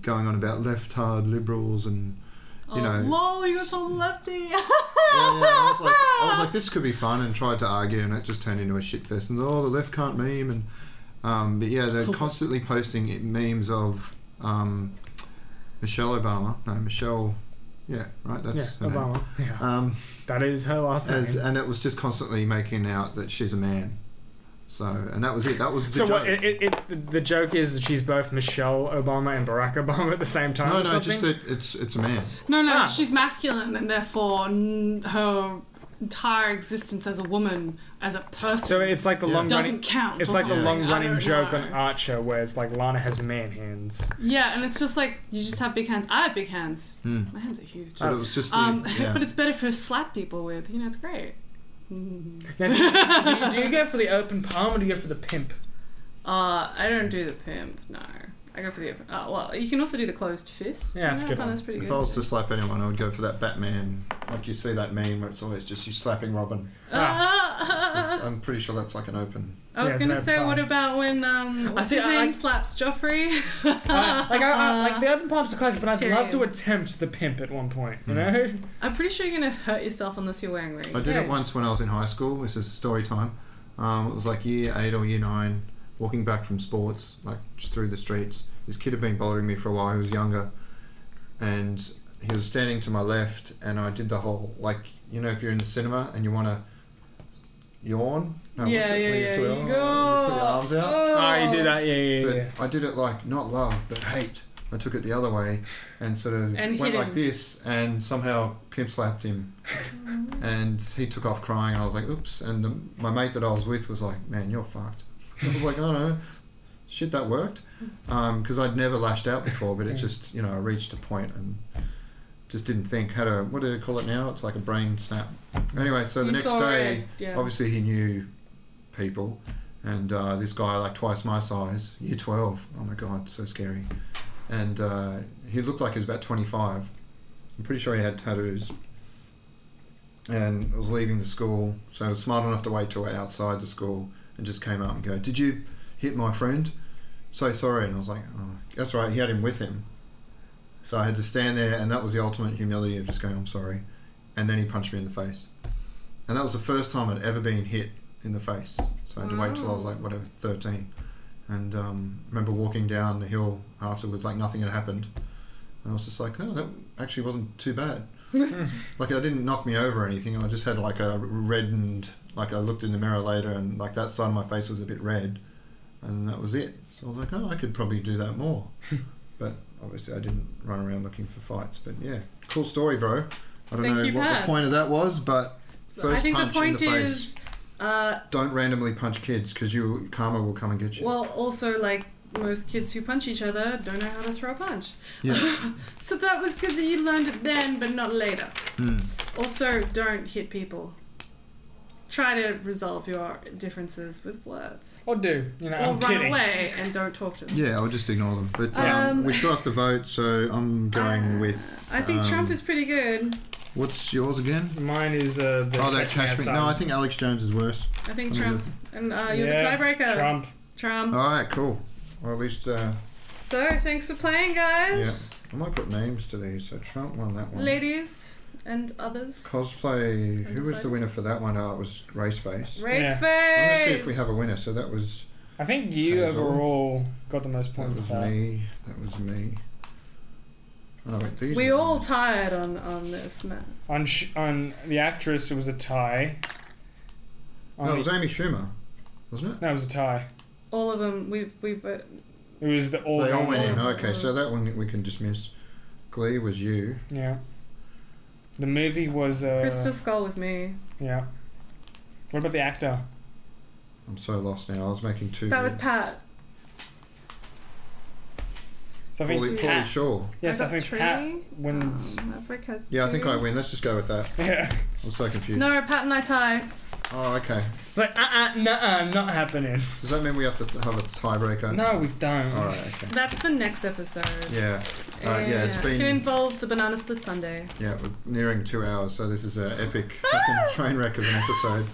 Speaker 1: going on about left hard liberals and
Speaker 2: Oh,
Speaker 1: you know.
Speaker 2: lol, you got some lefty.
Speaker 1: Yeah, yeah, I, was like, I was like, this could be fun, and tried to argue, and it just turned into a shit fest. And oh, the left can't meme, and um, but yeah, they're constantly posting i- memes of um, Michelle Obama. No, Michelle. Yeah, right. That's
Speaker 3: Yeah,
Speaker 1: her name.
Speaker 3: Obama. Yeah,
Speaker 1: Um,
Speaker 3: that is her last name.
Speaker 1: as and it was just constantly making out that she's a man. So and that was it. That was the
Speaker 3: so
Speaker 1: joke.
Speaker 3: what? It, it, it's the, the joke is that she's both Michelle Obama and Barack Obama at the same time.
Speaker 1: no,
Speaker 3: or
Speaker 1: no,
Speaker 3: something?
Speaker 1: just that it's it's a man.
Speaker 2: no, no,
Speaker 3: Ah.
Speaker 2: she's masculine, and therefore n- her entire existence as a woman, as a person,
Speaker 3: So it's like the long
Speaker 2: doesn't
Speaker 3: running.
Speaker 2: count.
Speaker 3: It's
Speaker 2: or
Speaker 3: like the
Speaker 2: something.
Speaker 3: long
Speaker 2: I
Speaker 3: running
Speaker 2: don't
Speaker 3: joke
Speaker 2: know.
Speaker 3: on Archer where it's like Lana has man hands.
Speaker 2: Yeah, and it's just like you just have big hands. I have big hands. My hands are huge.
Speaker 3: Oh.
Speaker 1: But it was just the,
Speaker 2: Um,
Speaker 1: yeah.
Speaker 2: but it's better for slap people with. You know, it's great. Mm.
Speaker 3: Now, do, you, do you go for the open palm or do you go for the pimp?
Speaker 2: Uh, I don't do the pimp. No, I go for the open. Uh, well, you can also do the closed fist.
Speaker 3: Yeah,
Speaker 2: you
Speaker 3: that's
Speaker 2: know,
Speaker 3: a good
Speaker 2: I find
Speaker 3: one.
Speaker 2: That's pretty
Speaker 1: if
Speaker 2: good.
Speaker 1: I was to slap anyone, I would go for that Batman. Like you see that meme where it's always just you slapping Robin.
Speaker 2: Ah.
Speaker 1: It's just- I'm pretty sure that's like an open.
Speaker 2: I was
Speaker 3: Yeah, it's
Speaker 2: gonna
Speaker 3: an
Speaker 2: say,
Speaker 3: open
Speaker 2: what
Speaker 3: palm.
Speaker 2: about when um, what's
Speaker 3: see,
Speaker 2: his
Speaker 3: I
Speaker 2: name
Speaker 3: like-
Speaker 2: slaps Joffrey?
Speaker 3: Uh, like I, I like the open palms are classic, but I'd love
Speaker 2: Tyrion.
Speaker 3: to attempt the pimp at one point.
Speaker 1: Hmm.
Speaker 3: You know,
Speaker 2: I'm pretty sure you're gonna hurt yourself unless you're wearing rings.
Speaker 1: I did
Speaker 3: Yeah.
Speaker 1: it once when I was in high school. This is story time. Um, it was like year eight or year nine, walking back from sports, like just through the streets. This kid had been bothering me for a while. He was younger, and he was standing to my left, and I did the whole like you know if you're in the cinema and you want to yawn. No,
Speaker 2: Yeah, yeah,
Speaker 1: um, Where
Speaker 2: yeah,
Speaker 1: sort of,
Speaker 2: you
Speaker 1: "Oh,"
Speaker 2: go.
Speaker 1: Put your arms out.
Speaker 3: oh, you do that, yeah, yeah,
Speaker 1: But
Speaker 3: yeah.
Speaker 1: I did it like not love, but hate. I took it the other way and sort of
Speaker 2: And
Speaker 1: went
Speaker 2: hit
Speaker 1: like
Speaker 2: him.
Speaker 1: this, and somehow pimp slapped him, and he took off crying, and I was like, "Oops!" And the, my mate that I was with was like, "Man, you're fucked." I was like, "Oh no, shit, that worked," because Um, I'd never lashed out before, but it just, you know, I reached a point and just didn't think. Had a what do they call it now? It's like a brain snap. Anyway, so the
Speaker 2: You
Speaker 1: next
Speaker 2: saw
Speaker 1: day,
Speaker 2: red, yeah.
Speaker 1: obviously he knew people, and uh, this guy like twice my size, year twelve. Oh my god, so scary. And uh, he looked like he was about twenty five. I'm pretty sure he had tattoos. And I was leaving the school, so I was smart enough to wait till we were outside the school and just came out and go, "Did you hit my friend? So sorry." And I was like, oh, "That's right." He had him with him, so I had to stand there, and that was the ultimate humility of just going, "I'm sorry," and then he punched me in the face, and that was the first time I'd ever been hit in the face. So I had to wait till I was like whatever 13, and um, remember walking down the hill afterwards like nothing had happened, and I was just like, "Oh, that actually wasn't too bad." like I didn't knock me over or anything. I just had like a reddened, like I looked in the mirror later, and like that side of my face was a bit red, and that was it. So I was like, "Oh, I could probably do that more." but obviously I didn't run around looking for fights. But yeah, cool story, bro. I don't
Speaker 2: Thank
Speaker 1: know
Speaker 2: you,
Speaker 1: what
Speaker 2: Pat.
Speaker 1: the point of that was, but first
Speaker 2: I think the
Speaker 1: punch
Speaker 2: point
Speaker 1: in the
Speaker 2: is,
Speaker 1: face.
Speaker 2: uh,
Speaker 1: Don't randomly punch kids because you karma will come and get you.
Speaker 2: well, also like most kids who punch each other don't know how to throw a punch.
Speaker 1: yeah,
Speaker 2: So that was good that you learned it then, but not later.
Speaker 1: Hmm.
Speaker 2: Also, don't hit people. Try to resolve your differences with words.
Speaker 3: Or do you know?
Speaker 2: Or
Speaker 3: I'm
Speaker 2: run
Speaker 3: kidding.
Speaker 2: away and don't talk to them.
Speaker 1: yeah, I'll just ignore them. But um,
Speaker 2: Um,
Speaker 1: we still have to vote, so I'm going
Speaker 2: Uh,
Speaker 1: with.
Speaker 2: I think
Speaker 1: um,
Speaker 2: Trump is pretty good.
Speaker 1: What's yours again?
Speaker 3: Mine is uh, the
Speaker 1: Oh, that
Speaker 3: catch me
Speaker 1: Cashman.
Speaker 3: outside.
Speaker 1: No, I think Alex Jones is worse.
Speaker 2: I think
Speaker 1: I mean,
Speaker 2: Trump. And uh, you're
Speaker 3: Yeah,
Speaker 2: the tiebreaker.
Speaker 3: Trump.
Speaker 2: Trump.
Speaker 1: All right, cool. Well, at least uh,
Speaker 2: So thanks for playing,
Speaker 1: yeah,
Speaker 2: guys,
Speaker 1: I might put names to these. So Trump won that one.
Speaker 2: ladies, and others.
Speaker 1: Cosplay. Who was the
Speaker 2: Undecided.
Speaker 1: winner for that one? Oh, it was Raceface.
Speaker 2: Race
Speaker 3: Yeah.
Speaker 1: I'm gonna
Speaker 2: face.
Speaker 1: see if we have a winner. So that was
Speaker 3: I think you
Speaker 1: Hazel.
Speaker 3: overall got the most
Speaker 1: that
Speaker 3: points.
Speaker 1: was
Speaker 3: for that.
Speaker 1: me. That was me. Oh wait, these.
Speaker 2: We
Speaker 1: are-
Speaker 2: all tired on on this man.
Speaker 3: On sh- on the actress, it was a tie. On
Speaker 1: No,
Speaker 3: the-
Speaker 1: it was Amy Schumer, wasn't it?
Speaker 3: no, it was a tie.
Speaker 2: All of them. We've we've. Uh,
Speaker 3: It was the all.
Speaker 1: They all went in.
Speaker 3: all-
Speaker 1: Okay, so that one we can dismiss. Glee was you.
Speaker 3: Yeah. The movie was. Uh,
Speaker 2: Krista Skull was me.
Speaker 3: Yeah. What about the actor?
Speaker 1: I'm so lost now. I was making two.
Speaker 2: That was
Speaker 1: bids.
Speaker 2: Pat.
Speaker 3: So I think
Speaker 1: Paulie, Paulie
Speaker 3: Pat.
Speaker 1: Shaw.
Speaker 3: Yes, I,
Speaker 2: got
Speaker 3: think
Speaker 2: three.
Speaker 3: Pat wins.
Speaker 2: Um, Maverick has
Speaker 1: Yeah, I
Speaker 2: two.
Speaker 1: think I win. Let's just go with that.
Speaker 3: Yeah.
Speaker 1: I'm so confused.
Speaker 2: No, Pat and I tie.
Speaker 1: Oh, okay.
Speaker 3: It's like uh uh no uh not happening.
Speaker 1: Does that mean we have to t- have a tiebreaker?
Speaker 3: No, we don't.
Speaker 1: All right. Okay.
Speaker 2: That's for next episode.
Speaker 1: Yeah. All right. Yeah. It's
Speaker 2: It
Speaker 1: been.
Speaker 2: involved the banana split Sunday.
Speaker 1: Yeah, we're nearing two hours, so this is an epic fucking train wreck of an episode.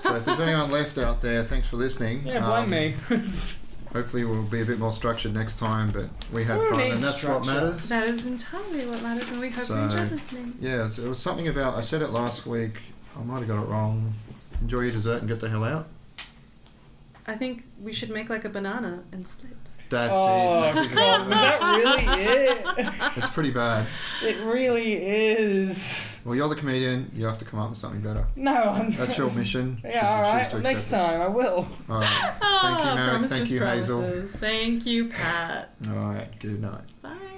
Speaker 1: So if there's anyone left out there, thanks for listening.
Speaker 3: Yeah, blame
Speaker 1: Um,
Speaker 3: me.
Speaker 1: Hopefully, we'll be a bit more structured next time, but we had
Speaker 3: We're
Speaker 1: fun,
Speaker 3: being
Speaker 1: and that's what
Speaker 3: structured.
Speaker 1: matters.
Speaker 2: That is entirely what matters, and we hope
Speaker 1: So-
Speaker 2: you enjoyed listening.
Speaker 1: Yeah, so it was something about. I said it last week. I might have got it wrong. Enjoy your dessert and get the hell out.
Speaker 2: I think we should make like a banana and split.
Speaker 1: That's
Speaker 3: Oh,
Speaker 1: it. That's
Speaker 3: God, was
Speaker 1: it.
Speaker 3: that really it?
Speaker 1: It's pretty bad.
Speaker 3: It really is.
Speaker 1: Well, you're the comedian. You have to come up with something better.
Speaker 3: No, I'm
Speaker 1: That's your mission. should you
Speaker 3: Yeah, all
Speaker 1: choose to
Speaker 3: right.
Speaker 1: accept
Speaker 3: Next
Speaker 1: it.
Speaker 3: time, I will.
Speaker 1: All right. Thank you,
Speaker 2: Ah,
Speaker 1: Merrick. Thank
Speaker 2: promises,
Speaker 1: you, Hazel.
Speaker 2: promises. Thank you, Pat.
Speaker 1: All right. Good night.
Speaker 2: Bye.